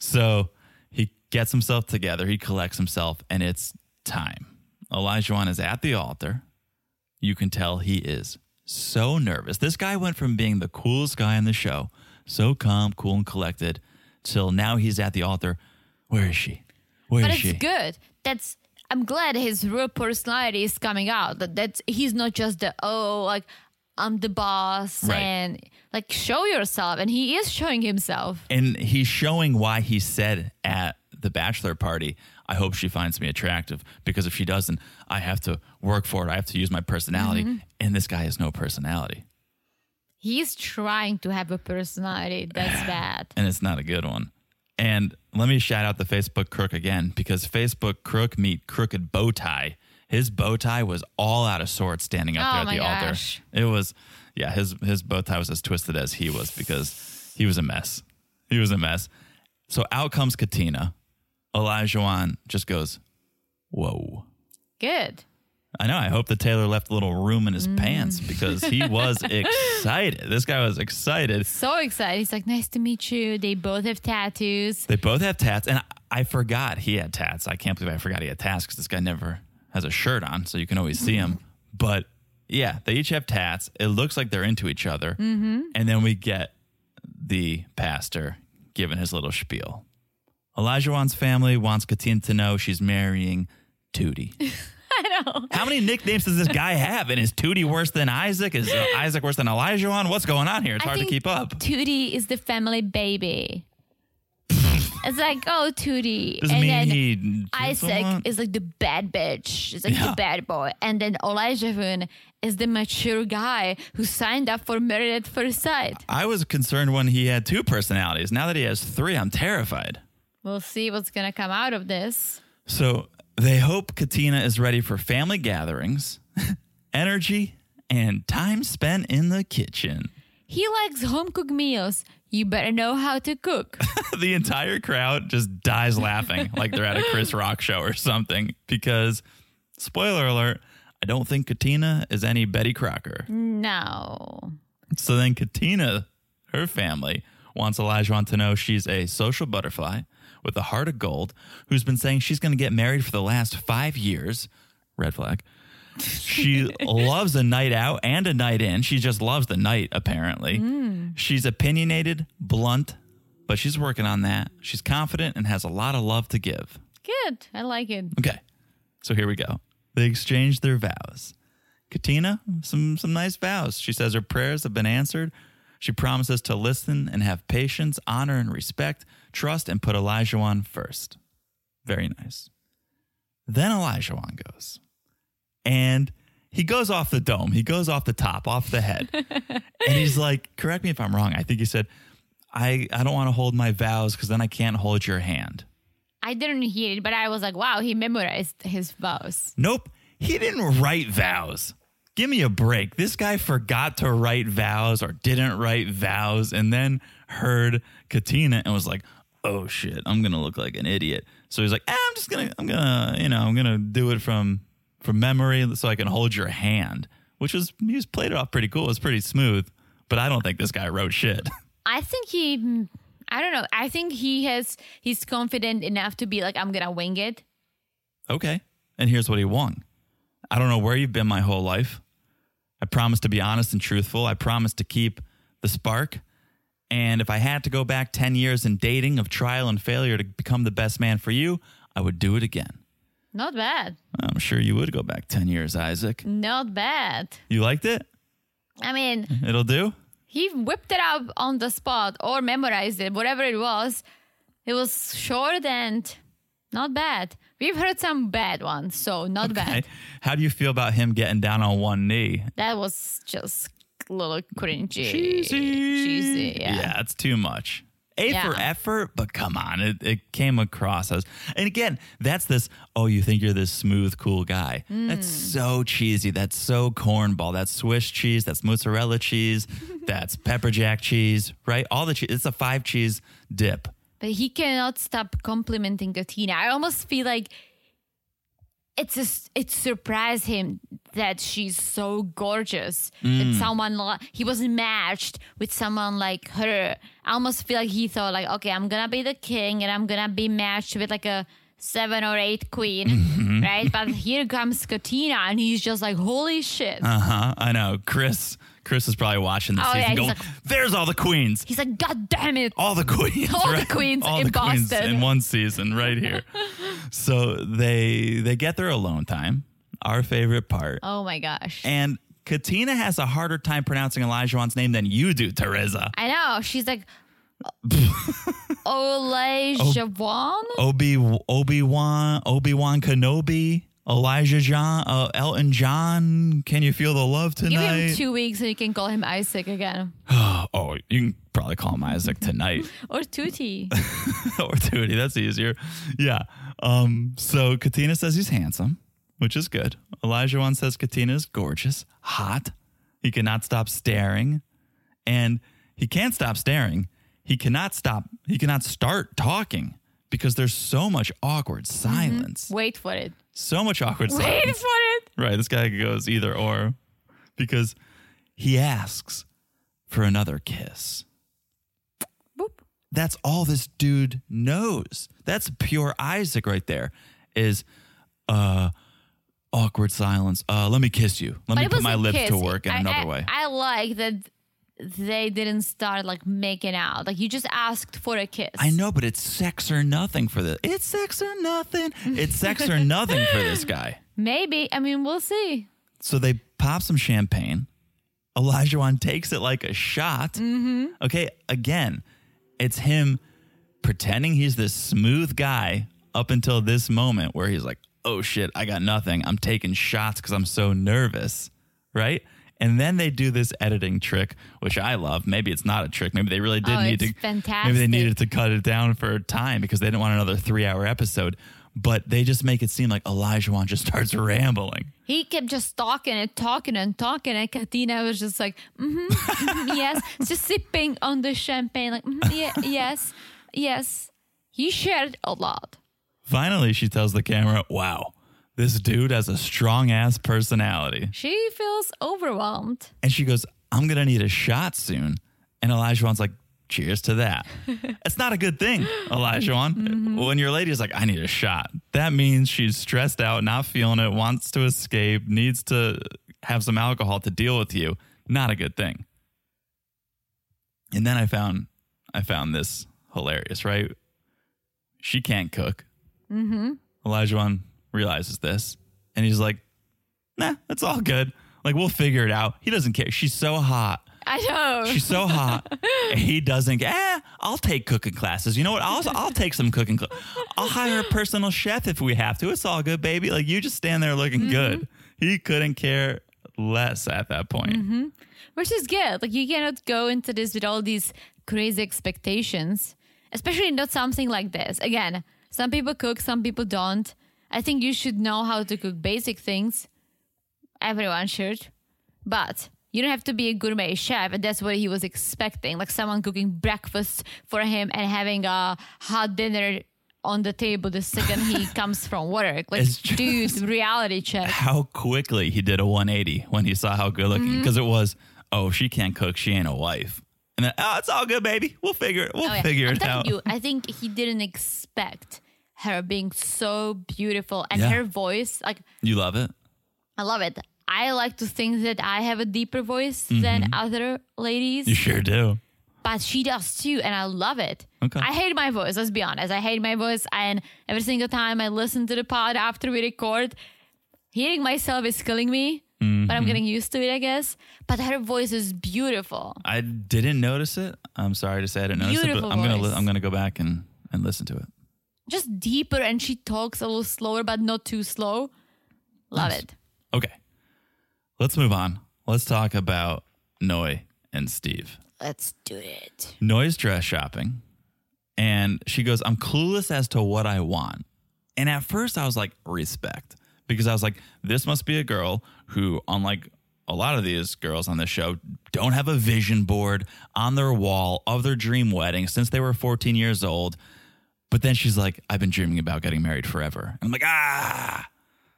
So he gets himself together. He collects himself, and it's time. Olajuwon is at the altar. You can tell he is so nervous. This guy went from being the coolest guy in the show, so calm, cool, and collected, till now he's at the altar. Where is she? Where is
but it's
she?
good. That's. I'm glad his real personality is coming out. That that's he's not just the oh like I'm the boss
Right.
and like show yourself and he is showing himself.
And he's showing why he said at the bachelor party, I hope she finds me attractive because if she doesn't, I have to work for it. I have to use my personality. And this guy has no personality
He's trying to have a personality. That's bad.
and it's not a good one. And let me shout out the Facebook crook again because Facebook crook meet crooked bow tie. His bow tie was all out of sorts standing up
Oh
there at
my
the
gosh.
altar. It was, yeah, his his bow tie was as twisted as he was because he was a mess. He was a mess. So out comes Katina. Olajuwon just goes, "Whoa."
Good.
I know. I hope that Taylor left a little room in his pants because he
Mm. [laughs]
was excited. This guy was excited.
So excited. He's like, nice to meet you. They both have tattoos.
They both have tats, and I, I forgot he had tats. I can't believe I forgot he had tats because this guy never has a shirt on, so you can always see
Mm-hmm.
him. But yeah, they each have tats. It looks like they're into each other, mm-hmm. and then we get the pastor giving his little spiel. Olajuwon's family wants Katina to know she's marrying Tootie.
[laughs] I know.
How many nicknames does this guy have? And is Tootie worse than Isaac? Is uh, Isaac worse than Olajuwon? What's going on here? It's hard to keep up. [laughs]
Tootie is the family baby. It's like, oh, Tootie.
Doesn't
and
mean
then
he killed someone.
Isaac is like the bad bitch. It's like
Yeah.
the bad boy. And then Olajuwon is the mature guy who signed up for Married at First Sight.
I was concerned when he had two personalities. Now that he has three, I'm terrified.
We'll see what's going to come out of this.
So they hope Katina is ready for family gatherings, [laughs] energy, and time spent in the kitchen. [laughs]
He likes home cooked meals. You better know how
[laughs]
to cook.
the entire crowd just dies laughing [laughs] like they're at a Chris Rock show or something because, spoiler alert, I don't think Katina is any Betty Crocker.
no.
So then Katina, her family, wants Elijah to know she's a social butterfly with a heart of gold who's been saying she's going to get married for the last five years. Red flag. She loves a night out and a night in. She just loves the night, apparently. She's opinionated, blunt, but she's working on that. She's confident and has a lot of love to give.
Good. I like it.
Okay. So here we go. They exchange their vows. Katina, some some nice vows. She says her prayers have been answered. She promises to listen and have patience, honor and respect, trust and put Elijah on first. Very nice. Then Elijah on goes. And he goes off the dome. He goes off the top, off the [laughs] head. and he's like, correct me if I'm wrong. I think he said, I, I don't want to hold my vows because then I can't hold your hand.
I didn't hear it, but I was like, wow, he memorized his vows.
Nope, he didn't write vows. Give me a break. This guy forgot to write vows or didn't write vows and then heard Katina and was like, "Oh shit, I'm going to look like an idiot." So he's like, "Ah, "I'm just going to I'm going to, you know, I'm going to do it from from memory so I can hold your hand." Which was he was played it off pretty cool. It's pretty smooth, but I don't think this guy wrote shit. [laughs]
I think he, I don't know. I think he has, he's confident enough to be like, I'm going to wing it.
Okay. And here's what he won. I don't know where you've been my whole life. I promise to be honest and truthful. I promise to keep the spark. And if I had to go back 10 years in dating of trial and failure to become the best man for you, I would do it again.
Not bad.
I'm sure you would go back 10 years, Isaac.
Not bad.
You liked it?
I mean,
It'll do?
he whipped it up on the spot or memorized it, whatever it was. It was short and not bad. We've heard some bad ones, so not bad.
Okay. How do you feel about him getting down on one knee?
That was just a little cringy.
Cheesy.
Cheesy, yeah.
it's too much. A
Yeah.
for effort, but come on, it, it came across as. And again, that's this, oh, you think you're this smooth, cool guy. That's
Mm.
so cheesy. That's so cornball. That's Swiss cheese. That's mozzarella
[laughs]
cheese. that's pepper jack cheese, right? All the cheese. It's a five cheese dip.
But he cannot stop complimenting Katina. I almost feel like it's just it surprised him that she's so gorgeous. That someone li- he was matched with someone like her. I almost feel like he thought like, okay, I'm gonna be the king and I'm gonna be matched with like a seven or eight queen, right? But here comes Katina, and he's just like, holy shit.
Uh huh. I know. Chris, Chris is probably watching this
Oh,
season
yeah, he's
going,
like-
there's all the queens.
He's like, God damn it!
all the queens,
All the
right?
queens
all
in
the queens
Boston.
in one season, right
[laughs]
here. so they they get their alone time, our favorite part,
Oh my gosh!
and Katina has a harder time pronouncing Elijah's name than you do, Teresa.
I know.
[laughs]
She's like, Olay
Oh,
Javon?
Obi Obi Wan Obi Wan Kenobi. Elijah John, uh, Elton John, can you feel the love
Give
tonight?
him two weeks and you can call him Isaac again.
oh, you can probably call him Isaac tonight. [laughs]
Or Tuti.
or Tootie. That's easier. Yeah. Um, so Katina says he's handsome, which is good. Elijah one says Katina is gorgeous, hot. He cannot stop staring. And he can't stop staring. He cannot stop, he cannot start talking because there's so much awkward silence.
Wait for it.
So much awkward
Wait
silence.
for it.
Right. This guy goes either or because he asks for another kiss.
Boop.
That's all this dude knows. That's pure Isaac right there. Is uh awkward silence. Uh let me kiss you. Let
But
me
it
put
was
my
a
lips to
kiss.
work in
I-
another
I-
way.
I like that they didn't start like making out. Like you just asked for a kiss.
I know, but it's sex or nothing for this. It's sex or nothing. It's sex
[laughs]
or nothing for this guy.
Maybe. I mean, we'll see.
So they pop some champagne.
Mm-hmm.
Elijah takes it like a shot. Okay, again, it's him pretending he's this smooth guy up until this moment where he's like, oh shit, I got nothing. I'm taking shots because I'm so nervous, right? And then they do this editing trick, which I love. Maybe it's not a trick. Maybe they really did
Oh,
need
it's
to.
fantastic.
Maybe they needed to cut it down for time because they didn't want another three-hour episode. But they just make it seem like Elijah Wan just [laughs] starts rambling.
He kept just talking and talking and talking, and Katina was just like, mm-hmm, mhm, yes, just sipping on the champagne, like, mhm, yeah, yes, yes. He shared a lot.
Finally, she tells the camera, Wow, this dude has a strong ass personality.
She feels overwhelmed.
And she goes, I'm going to need a shot soon. And Elijah Wan's like, Cheers to that. That's not a good thing, Elijah Wan. When your lady is like, I need a shot, that means she's stressed out, not feeling it, wants to escape, needs to have some alcohol to deal with you. Not a good thing. And then I found I found this hilarious, right? She can't cook. Elijah Wan realizes this and he's like, nah, that's all good. Like, we'll figure it out. He doesn't care. She's so hot.
I know.
She's so
[laughs]
hot. he doesn't. Eh, I'll take cooking classes. You know what? I'll I'll take some cooking. Cl- I'll hire a personal chef if we have to. It's all good, baby. Like you just stand there looking
Mm-hmm.
good. He couldn't care less at that point.
Mm-hmm. which is good. Like you cannot go into this with all these crazy expectations, especially not something like this. Again, some people cook, some people don't. I think you should know how to cook basic things. Everyone should, but you don't have to be a gourmet chef, and that's what he was expecting. Like someone cooking breakfast for him and having a hot dinner on the table the second he comes from work. Like,
It's just-
dude, reality check.
How quickly he did a 180 when he saw how good looking
Mm-hmm.
because it was. Oh, she can't cook. She ain't a wife. And then, oh, it's all good, baby. We'll figure it. We'll
Oh, yeah.
figure
I'm
it
telling
out.
You, I think he didn't expect her being so beautiful and
Yeah.
her voice. Like
you love it.
I love it. I like to think that I have a deeper voice than other ladies,
Mm-hmm. You sure do.
but she does too, and I love it.
Okay.
I hate my voice. Let's be honest. I hate my voice, and every single time I listen to the pod after we record, hearing myself is killing me. But
Mm-hmm.
I'm getting used to it, I guess. But her voice is beautiful.
I didn't notice it. I'm sorry to say I didn't notice it,
Beautiful
but I'm gonna li-
voice.
I'm gonna go back and and listen to it.
just deeper and she talks a little slower but not too slow. Love
Nice.
it.
Okay, let's move on. Let's talk about Noi and Steve.
Let's do it.
Noi's dress shopping, and she goes, "I'm clueless as to what I want." And at first, I was like, "Respect," because I was like, "This must be a girl who, unlike a lot of these girls on this show, don't have a vision board on their wall of their dream wedding since they were 14 years old." But then she's like, "I've been dreaming about getting married forever." And I'm like, "Ah,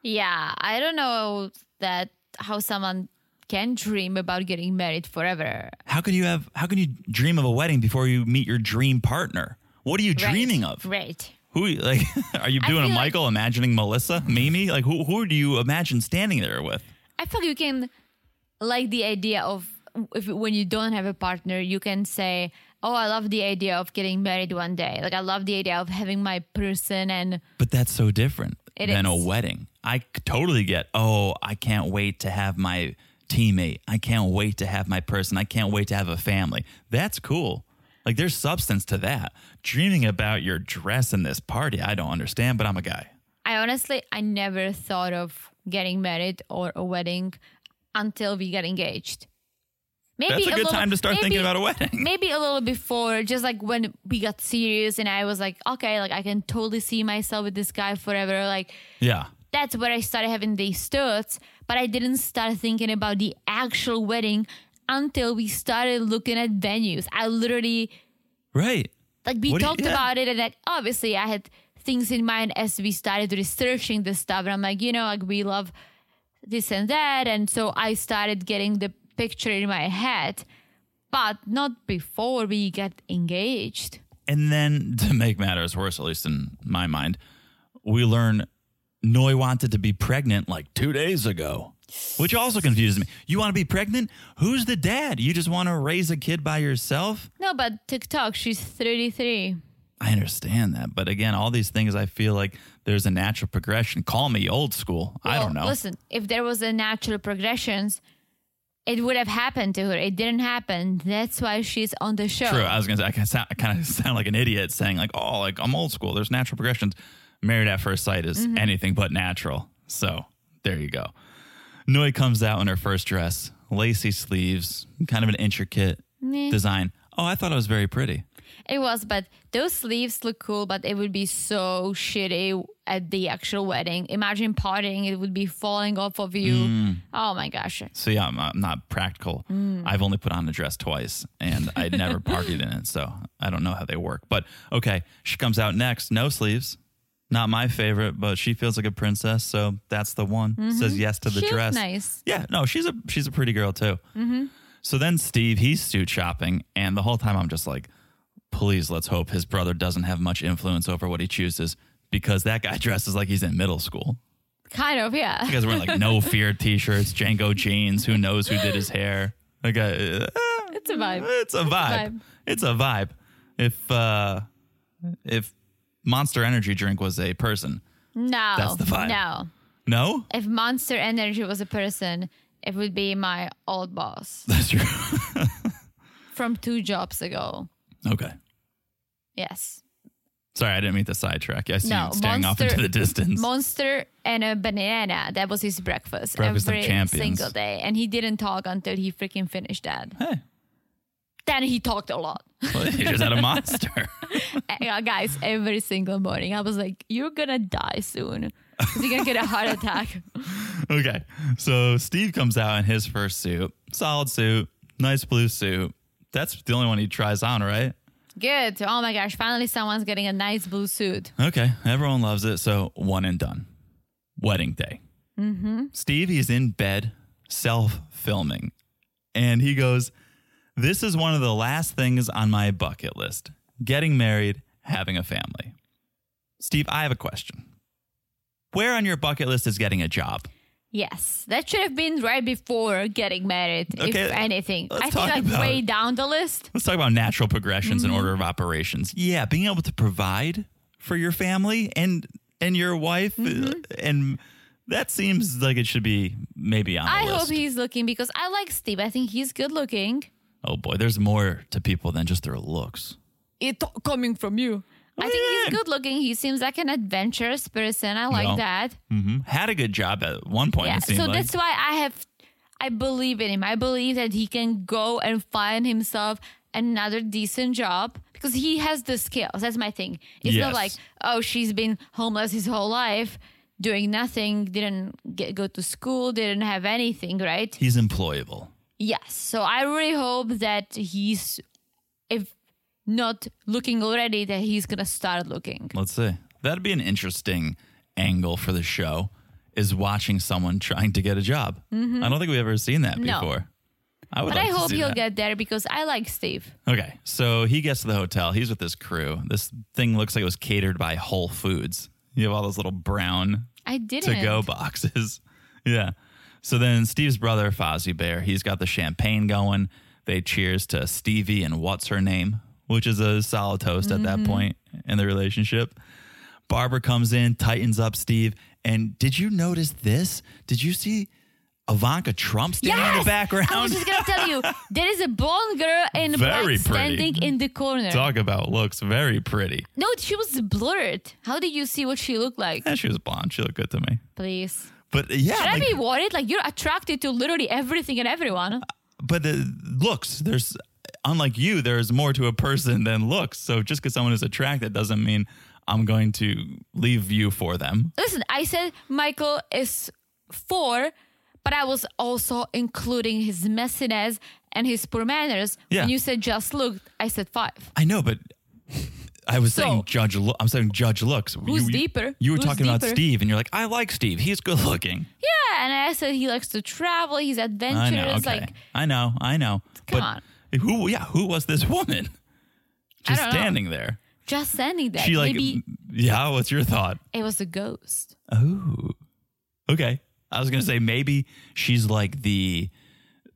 Yeah, I don't know that how someone can dream about getting married forever.
how can you have? How can you dream of a wedding before you meet your dream partner? What are you
Right,
dreaming of?"
Right.
Who like [laughs] are you
I
doing a
feel like-
Michael imagining Melissa, Mimi? Like who who do you imagine standing there with?
I feel you can like the idea of if when you don't have a partner, you can say, "Oh, I love the idea of getting married one day. Like I love the idea of having my person and
But that's so different
It
than
is.
a wedding. I c- totally get. Oh, I can't wait to have my teammate. I can't wait to have my person. I can't wait to have a family. That's cool. Like there's substance to that. Dreaming about your dress in this party, I don't understand, but I'm a guy.
I honestly, I never thought of getting married or a wedding until we got engaged. Maybe
That's a, good
little-
time to start
maybe-
thinking about a wedding. [laughs]
Maybe a little before, just like when we got serious, and I was like, okay, like I can totally see myself with this guy forever. Like
Yeah.
that's where I started having these thoughts, but I didn't start thinking about the actual wedding until we started looking at venues. I literally
Right.
like we
What do you-
talked
yeah.
about it and like obviously i had things in mind as we started researching this stuff and i'm like you know like we love this and that and so i started getting the picture in my head but not before we got engaged
And then [laughs] to make matters worse, at least in my mind, we learn Noi wanted to be pregnant like two days ago, which also confuses me. You want to be pregnant? Who's the dad? You just want to raise a kid by yourself?
no but tiktok she's 33
I understand that. But again, all these things, I feel like there's a natural progression. Call me old school. I
Well,
don't know.
listen if there was a natural progressions it would have happened to her. It didn't happen. That's why she's on the show.
True. I was gonna say I kind of sound, I kind of sound like an idiot saying like, oh, like I'm old school. There's natural progressions. Married at first sight is
Mm-hmm.
anything but natural. So there you go. Noi comes out in her first dress, lacy sleeves, kind of an intricate
Meh.
design. Oh, I thought it was very pretty.
It was, but those sleeves look cool, but it would be so shitty at the actual wedding. Imagine partying, it would be falling off of you.
Mm.
Oh my gosh.
See, I'm, I'm not practical.
Mm.
I've only put on a dress twice and I
[laughs]
never partied in it. So I don't know how they work. But okay, she comes out next, no sleeves. Not my favorite, but she feels like a princess. So that's the one. Says yes to the
Mm-hmm. She looked
dress.
nice. Mm-hmm.
Yeah, no, she's a she's a pretty girl too. So then Steve, he's suit shopping. And the whole time I'm just like, please let's hope his brother doesn't have much influence over what he chooses because that guy [laughs] dresses like he's in middle school.
Kind of, yeah.
[laughs] You guys wearing like no fear t-shirts, Django jeans. Who knows who did his hair? Like a,
It's a vibe.
it's a vibe. It's a vibe. If uh, if Monster Energy drink was a person,
No.
That's the vibe.
No.
no,
If Monster Energy was a person, it would be my old boss
that's true. [laughs]
from two jobs ago.
okay,
Yes.
sorry, I didn't mean to sidetrack. I see
No,
you staring off
Monster-
into the distance. [laughs]
Monster and a banana. That was his breakfast,
Breakfast of
every
champions.
single day. And he didn't talk until he freaking finished that.
hey,
Then he talked a lot.
well, you just had a monster. [laughs]
Uh, guys, every single morning. I was like, you're gonna die soon. 'Cause You're gonna get a heart attack.
okay, so Steve comes out in his first suit, solid suit, nice blue suit. That's the only one he tries on, right?
[laughs] Good. Oh my gosh, finally someone's getting a nice blue suit.
Okay, everyone loves it. So one and done. Wedding day. Mm-hmm. Steve is in bed, self filming, and he goes, "This is one of the last things on my bucket list: getting married, having a family." Steve, I have a question. Where on your bucket list is getting a job?
Yes, that should have been right before getting married,
Okay,
if anything.
let's
I
talk
think like
about
way
it.
down the list.
Let's talk about natural progressions
Mm-hmm.
and order of operations. Yeah, being able to provide for your family and and your wife uh,
Mm-hmm.
and that seems like it should be maybe on the
I
list.
hope he's looking because I like Steve. I think he's good looking.
Oh boy, there's more to people than just their looks.
It coming from you. I think he's
Yeah.
good looking. He seems like an adventurous person. I like
No.
that.
hmm Had a good job at one point.
Yeah,
it seemed
so
like.
that's why I have, I believe in him. I believe that he can go and find himself another decent job because he has the skills. That's my thing. It's
Yes.
not like, oh, she's been homeless his whole life, doing nothing, didn't get, go to school, didn't have anything, right?
he's employable.
Yes. So I really hope that he's, if not looking already, that he's going to start looking.
Let's see. That'd be an interesting angle for the show. Is watching someone trying to get a job. I don't think we've ever seen that
Mm-hmm. No.
before. I would.
But
like
I
to
hope
see
he'll
that.
get there because I like Steve.
Okay, so he gets to the hotel. He's with his crew. This thing looks like it was catered by Whole Foods. You have all those little brown
I didn't.
to go boxes. [laughs] yeah. So then Steve's brother, Fozzie Bear, he's got the champagne going. They cheers to Stevie and what's her name, which is a solid toast at
Mm-hmm.
that point in the relationship. Barbara comes in, tightens up Steve. And did you notice this? Did you see Ivanka Trump standing in the background?
I
[laughs]
was just gonna tell you, there is a blonde girl in black
Very pretty.
standing in the corner.
Talk about looks very pretty.
No, she was blurred. How did you see what she looked like?
Yeah, Eh, she was blonde. She looked good to me.
Please.
But yeah,
Should I
like-
be worried? Like you're attracted to literally everything and everyone.
but the looks there's unlike you there's more to a person than looks so just because someone is attracted doesn't mean i'm going to leave you for them
Listen, I said Michael is four, but I was also including his messiness and his poor manners.
Yeah.
When you said just look, I said five.
i know but i was
So-
saying judge Lo- i'm saying judge looks
Who's deeper?
you were
Who's
talking about
deeper?
steve and you're like i like steve he's good looking
Yeah, and I said he likes to travel, he's
i
adventurous,
know okay
like
i know i know
Come
but who yeah who was this woman just
don't know.
standing there
just standing there.
she like
Maybe
yeah what's your thought
it was a ghost.
Oh, okay. I was gonna say maybe she's like the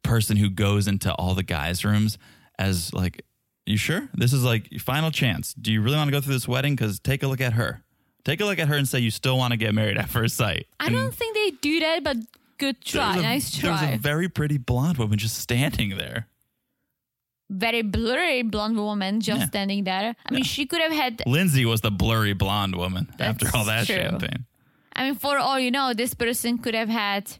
person who goes into all the guys' rooms as like, you sure this is like your final chance? Do you really want to go through this wedding? Because take a look at her. Take a look at her and say you still want to get married at first sight.
I don't think they do that, but Good
There
try.
was a-
nice
There was
try.
a very pretty blonde woman just standing there.
very blurry blonde woman just
Yeah.
standing there. I mean, she could have had.
Lindsay was the blurry blonde woman after
That's
all that
true.
champagne.
I mean, for all you know, this person could have had,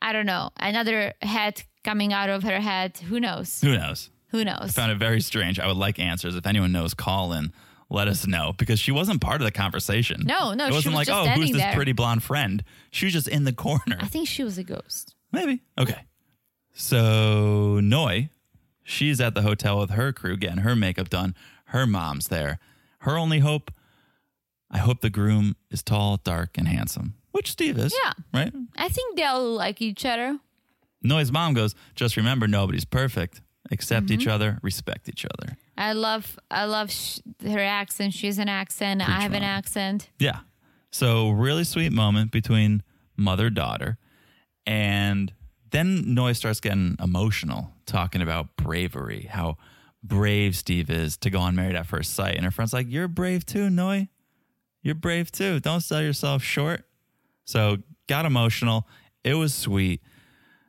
I don't know, another head coming out of her head. Who knows?
Who knows?
Who knows?
Found it very strange. I would like answers. If anyone knows, call in. Let us know because she wasn't part of the conversation.
No, no,
it
she
wasn't like,
was just
oh, who's
standing
this
there."
pretty blonde friend? She was just in the
[laughs]
corner.
I think she was a ghost.
Maybe. Okay. So Noi, she's at the hotel with her crew getting her makeup done. Her mom's there. Her only hope, I hope the groom is tall, dark, and handsome, which Steve is.
Yeah.
Right?
I think they all like each other.
Noi's mom goes, just remember nobody's perfect. Accept
Mm-hmm.
each other, respect each other.
I love, I love sh- her accent. She has an accent. I
Preach,
have an
Mom.
accent.
Yeah. So really sweet moment between mother daughter, and then Noi starts getting emotional, talking about bravery, how brave Steve is to go on married at first sight, and her friend's like, "You're brave too, Noi. You're brave too. Don't sell yourself short." So got emotional. It was sweet.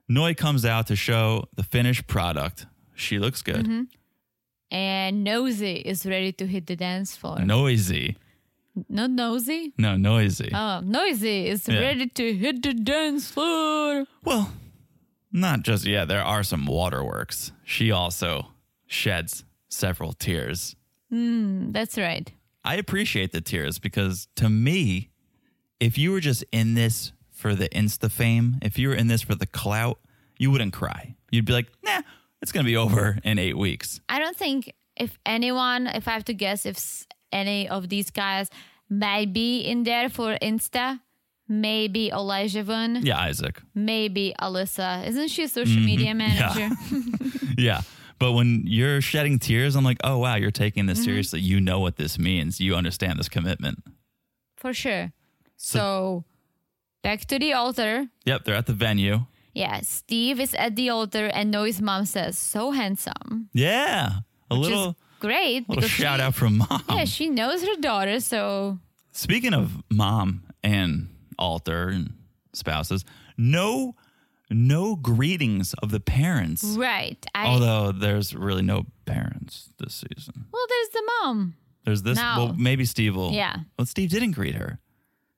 Noi comes out to show the finished product. She looks good.
And Nosy is ready to hit the dance floor.
Noisy.
Not Nosy.
No, noisy.
[laughs] Oh, Noisy is
Yeah.
ready to hit the dance floor.
Well, not just yeah, there are some waterworks. She also sheds several tears.
That's right.
I appreciate the tears because to me, if you were just in this for the insta fame, if you were in this for the clout, you wouldn't cry. You'd be like, nah, it's gonna be over in eight weeks.
I don't think if anyone, if I have to guess, if s- any of these guys might be in there for Insta, maybe Elijah Vaughn,
Yeah, Mm-hmm. Isaac.
maybe Alyssa. Isn't she a social media manager? [laughs]
Yeah. But when you're shedding tears, I'm like, oh wow, you're taking this
Mm-hmm.
seriously. You know what this means. You understand this commitment.
for sure. So back to the altar.
Yep, they're at the venue.
Yeah, Steve is at the altar, and Noe's mom says, "So handsome."
Yeah. A
Which
little
is great.
Little
because
shout
she-
out from mom.
Yeah, she knows her daughter, so
Speaking of mom and altar and spouses, no, no greetings of the parents.
right. I
Although there's really no parents this season.
well, there's the mom.
There's this.
No.
Well, maybe Steve will.
Yeah.
Well, Steve didn't greet her.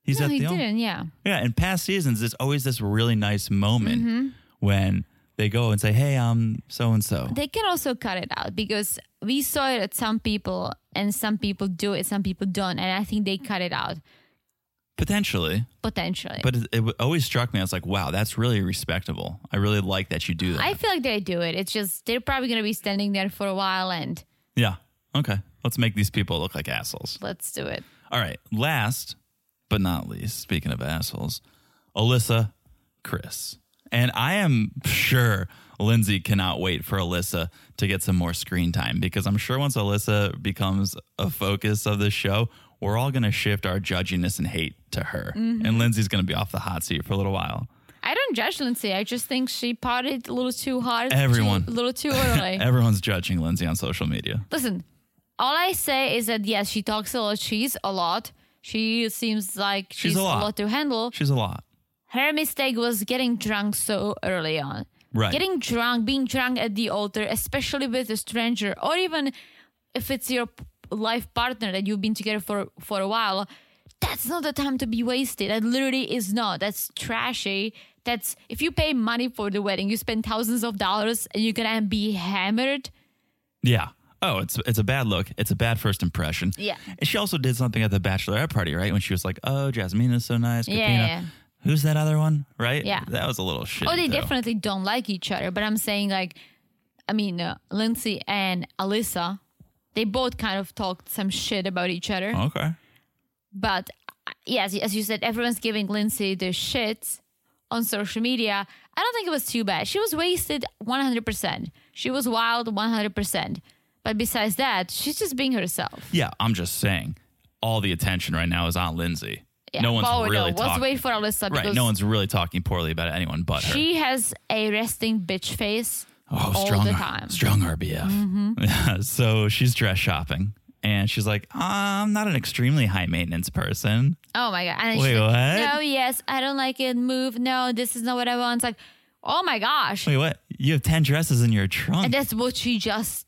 He's
no,
at
he
the al-
didn't. Yeah.
yeah. In past seasons, there's always this really nice moment
Mm-hmm.
when they go and say, "Hey, I'm so and so."
they can also cut it out because we saw it at some people and some people do it some people don't and i think they cut it out
Potentially,
potentially
but it, it w- always struck me. I was like, "Wow, that's really respectable. I really like that you do that."
i feel like they do it it's just they're probably going to be standing there for a while and
Yeah. Okay. Let's make these people look like assholes.
let's do it
All right. Last but not least, speaking of assholes, Alyssa, Chris. And I am sure Lindsay cannot wait for Alyssa to get some more screen time because I'm sure once Alyssa becomes a focus of the show, we're all going to shift our judginess and hate to her. And Lindsay's going to be off the hot seat for a little while.
i don't judge lindsay i just think she potted a little too hard too-
Everyone.
a little too
[laughs]
early
Everyone's judging Lindsay on social media.
listen all i say is that yes she talks a lot she's a lot she seems like she's,
a lot.
to handle
She's a lot.
her mistake was getting drunk so early on.
Right.
Getting drunk, being drunk at the altar, especially with a stranger, or even if it's your p- life partner that you've been together for for a while, that's not the time to be wasted. That literally is not. That's trashy. That's if you pay money for the wedding, you spend thousands of dollars, and you're gonna be hammered.
Yeah. Oh, it's it's a bad look. It's a bad first impression.
Yeah.
And she also did something at the bachelorette party, right? When she was like, "Oh, Jasmine is so nice."
Yeah,
Katrina.
yeah.
Who's that other one? Right.
Yeah.
That was a little shit.
Oh, they definitely don't like each other. But I'm saying, like, I mean, uh, Lindsay and Alyssa, they both kind of talked some shit about each other.
Okay.
But uh, yes, as you said, everyone's giving Lindsay the shit on social media. I don't think it was too bad. She was wasted 100%. She was wild 100%. But besides that, she's just being herself.
Yeah, I'm just saying. All the attention right now is on Lindsay.
Yeah.
No one's
But
really
no, Let's
talking.
wait for Alyssa
right.
because
No one's really talking poorly about anyone but her.
she has a resting bitch face
Oh,
all
strong,
the
R-
time.
[laughs]
Mm-hmm.
strong RBF. so she's dress shopping and she's like, "I'm not an extremely high maintenance person."
Oh my god! And
Wait,
she's like,
what?
No, yes, I don't like it. Move. No, this is not what I want. It's like, oh my gosh!
Wait, what? You have ten dresses in your trunk.
And that's what she just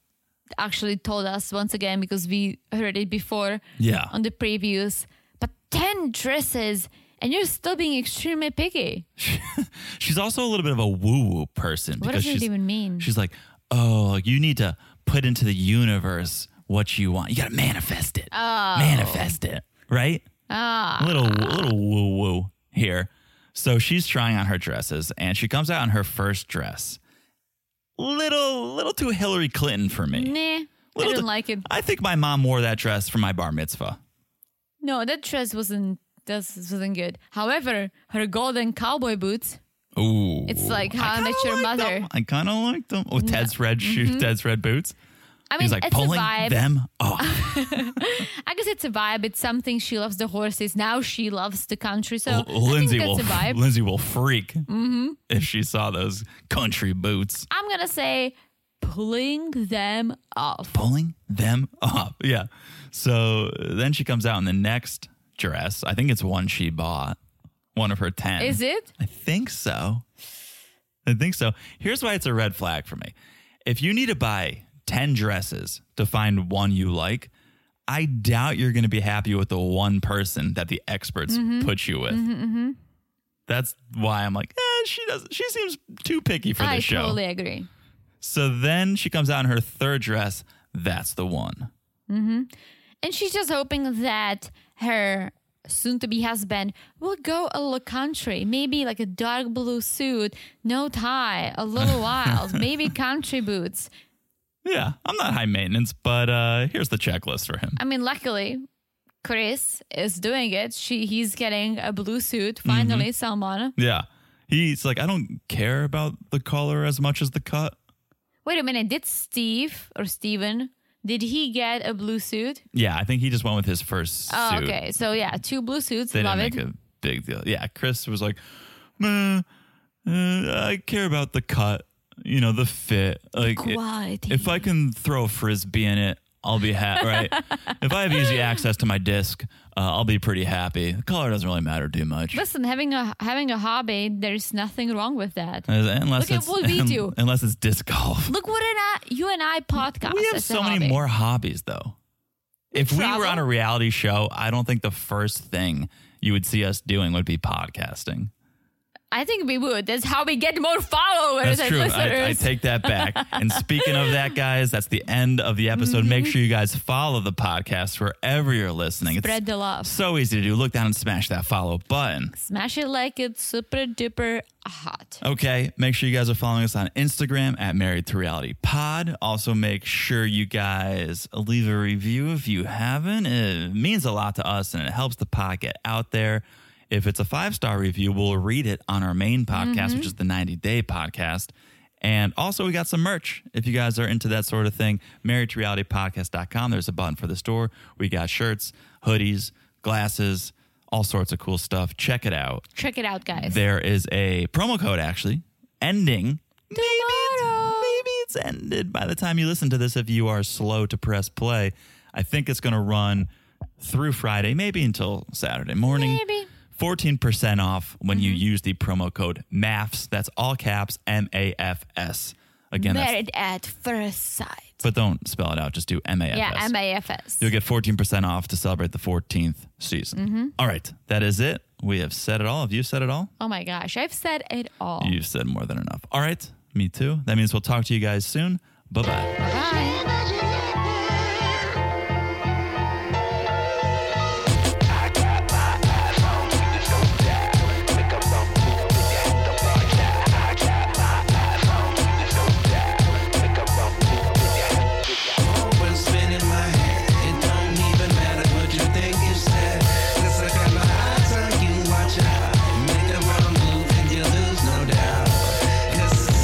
actually told us once again because we heard it before
yeah,
on the previews. But ten dresses, and you're still being extremely picky.
[laughs] she's also a little bit of a woo-woo person.
What
because
does it
she's-
even mean?
She's like, "Oh, like, you need to put into the universe what you want. You got to manifest it.
Oh.
Manifest it, right?
Ah.
A little, a little woo woo here. So she's trying on her dresses, and she comes out in her first dress. Little, little too Hillary Clinton for me.
nah, I
Little
didn't
t-
like it.
I think my mom wore that dress for my bar mitzvah.
No, that dress wasn't. That wasn't good. However, her golden cowboy boots.
Ooh,
It's like How I
kinda
Met Your
like
Mother. mm-hmm.
them. I kind of like them. Oh, Ted's red shoes, Ted's red boots.
I mean,
He's like
it's a
pulling
vibe.
them off.
I guess it's a vibe. It's something she loves the horses. Now she loves the country. [laughs] So
L-
I think
Oh, Lindsay
that's
will,
a
[laughs]
vibe. Mm-hmm.
Lindsay will freak if she saw those country boots.
I'm gonna say pulling them off.
pulling them off. [laughs] Yeah. So then she comes out in the next dress. I think it's one she bought, one of her 10.
Is it?
I think so. I think so. Here's why it's a red flag for me. If you need to buy 10 dresses to find one you like, I doubt you're going to be happy with the one person that the experts
Mm-hmm.
put you with. That's why I'm like, eh, she does. not She seems too picky for
I
this show.
totally agree.
So then she comes out in her third dress. That's the one.
And she's just hoping that her soon-to-be husband will go a little country, maybe like a dark blue suit, no tie,
[laughs]
a little wild, maybe country boots.
Yeah, I'm not high maintenance, but uh, here's the checklist for him.
I mean, luckily, Chris is doing it. She he's getting a blue suit.
Mm-hmm.
Finally, someone.
Yeah. He's like, I don't care about the color as much as the cut.
Wait a minute. Did Steve or Steven, did he get a blue suit?
Yeah, I think he just went with his first
Oh,
suit.
okay. So yeah, two blue suits.
They
Love
didn't
it.
make a big deal. Yeah, Chris was like, "Meh, uh, I care about the cut, you know, the fit. Like, it-
Quality.
if I can throw a frisbee in it, I'll be happy.
[laughs]
right? If I have easy access to my disc, uh, I'll be pretty happy. The color doesn't really matter too much.
Listen, having a having a hobby, there's nothing wrong with that.
Unless
Look at
it's, [laughs]
what we do.
Unless it's disc golf.
[laughs] Look what an I, you and I podcast.
We have
as a
so many
hobby.
more hobbies, though. If we were
travel.
on a reality show, I don't think the first thing you would see us doing would be podcasting.
I think we would. That's how we get more followers
That's
and
true.
listeners.
I, I take that back.
[laughs]
and speaking of that, guys, that's the end of the episode. Make
Mm-hmm.
sure you guys follow the podcast wherever you're listening.
Spread the
it's
love.
so easy to do. Look down and smash that follow button.
Smash it like it's super duper hot.
Okay. Make sure you guys are following us on Instagram at Married to Reality Pod. Also, make sure you guys leave a review if you haven't. It means a lot to us and it helps the pod get out there. If it's a five star review, we'll read it on our main podcast, which is the 90 Day Podcast. And also, we got some merch. If you guys are into that sort of thing, married to reality podcast.com. There's a button for the store. We got shirts, hoodies, glasses, all sorts of cool stuff. Check it out
Check it out, guys.
there is a promo code actually ending. Maybe
Tomorrow.
it's, maybe it's ended by the time you listen to this if you are slow to press play. I think it's going to run through Friday, maybe until Saturday morning.
Maybe. Mm-hmm.
14% off when you use the promo code MAFS. That's all caps M A F S. Again, that's,
Married at first sight.
but don't spell it out. Just do M A F S.
Yeah, M A F S.
You'll get 14% off to celebrate the 14th season.
Mm-hmm.
All right. That is it. We have said it all. Have you said it all?
Oh my gosh, I've said it all.
You've said more than enough. All right. Me too. That means we'll talk to you guys soon. Bye bye.
Bye.
Always spinning my head. It don't even matter what you think you said. Since I got my eyes on you, watch out. Make a wrong move and you lose, no doubt. 'Cause it's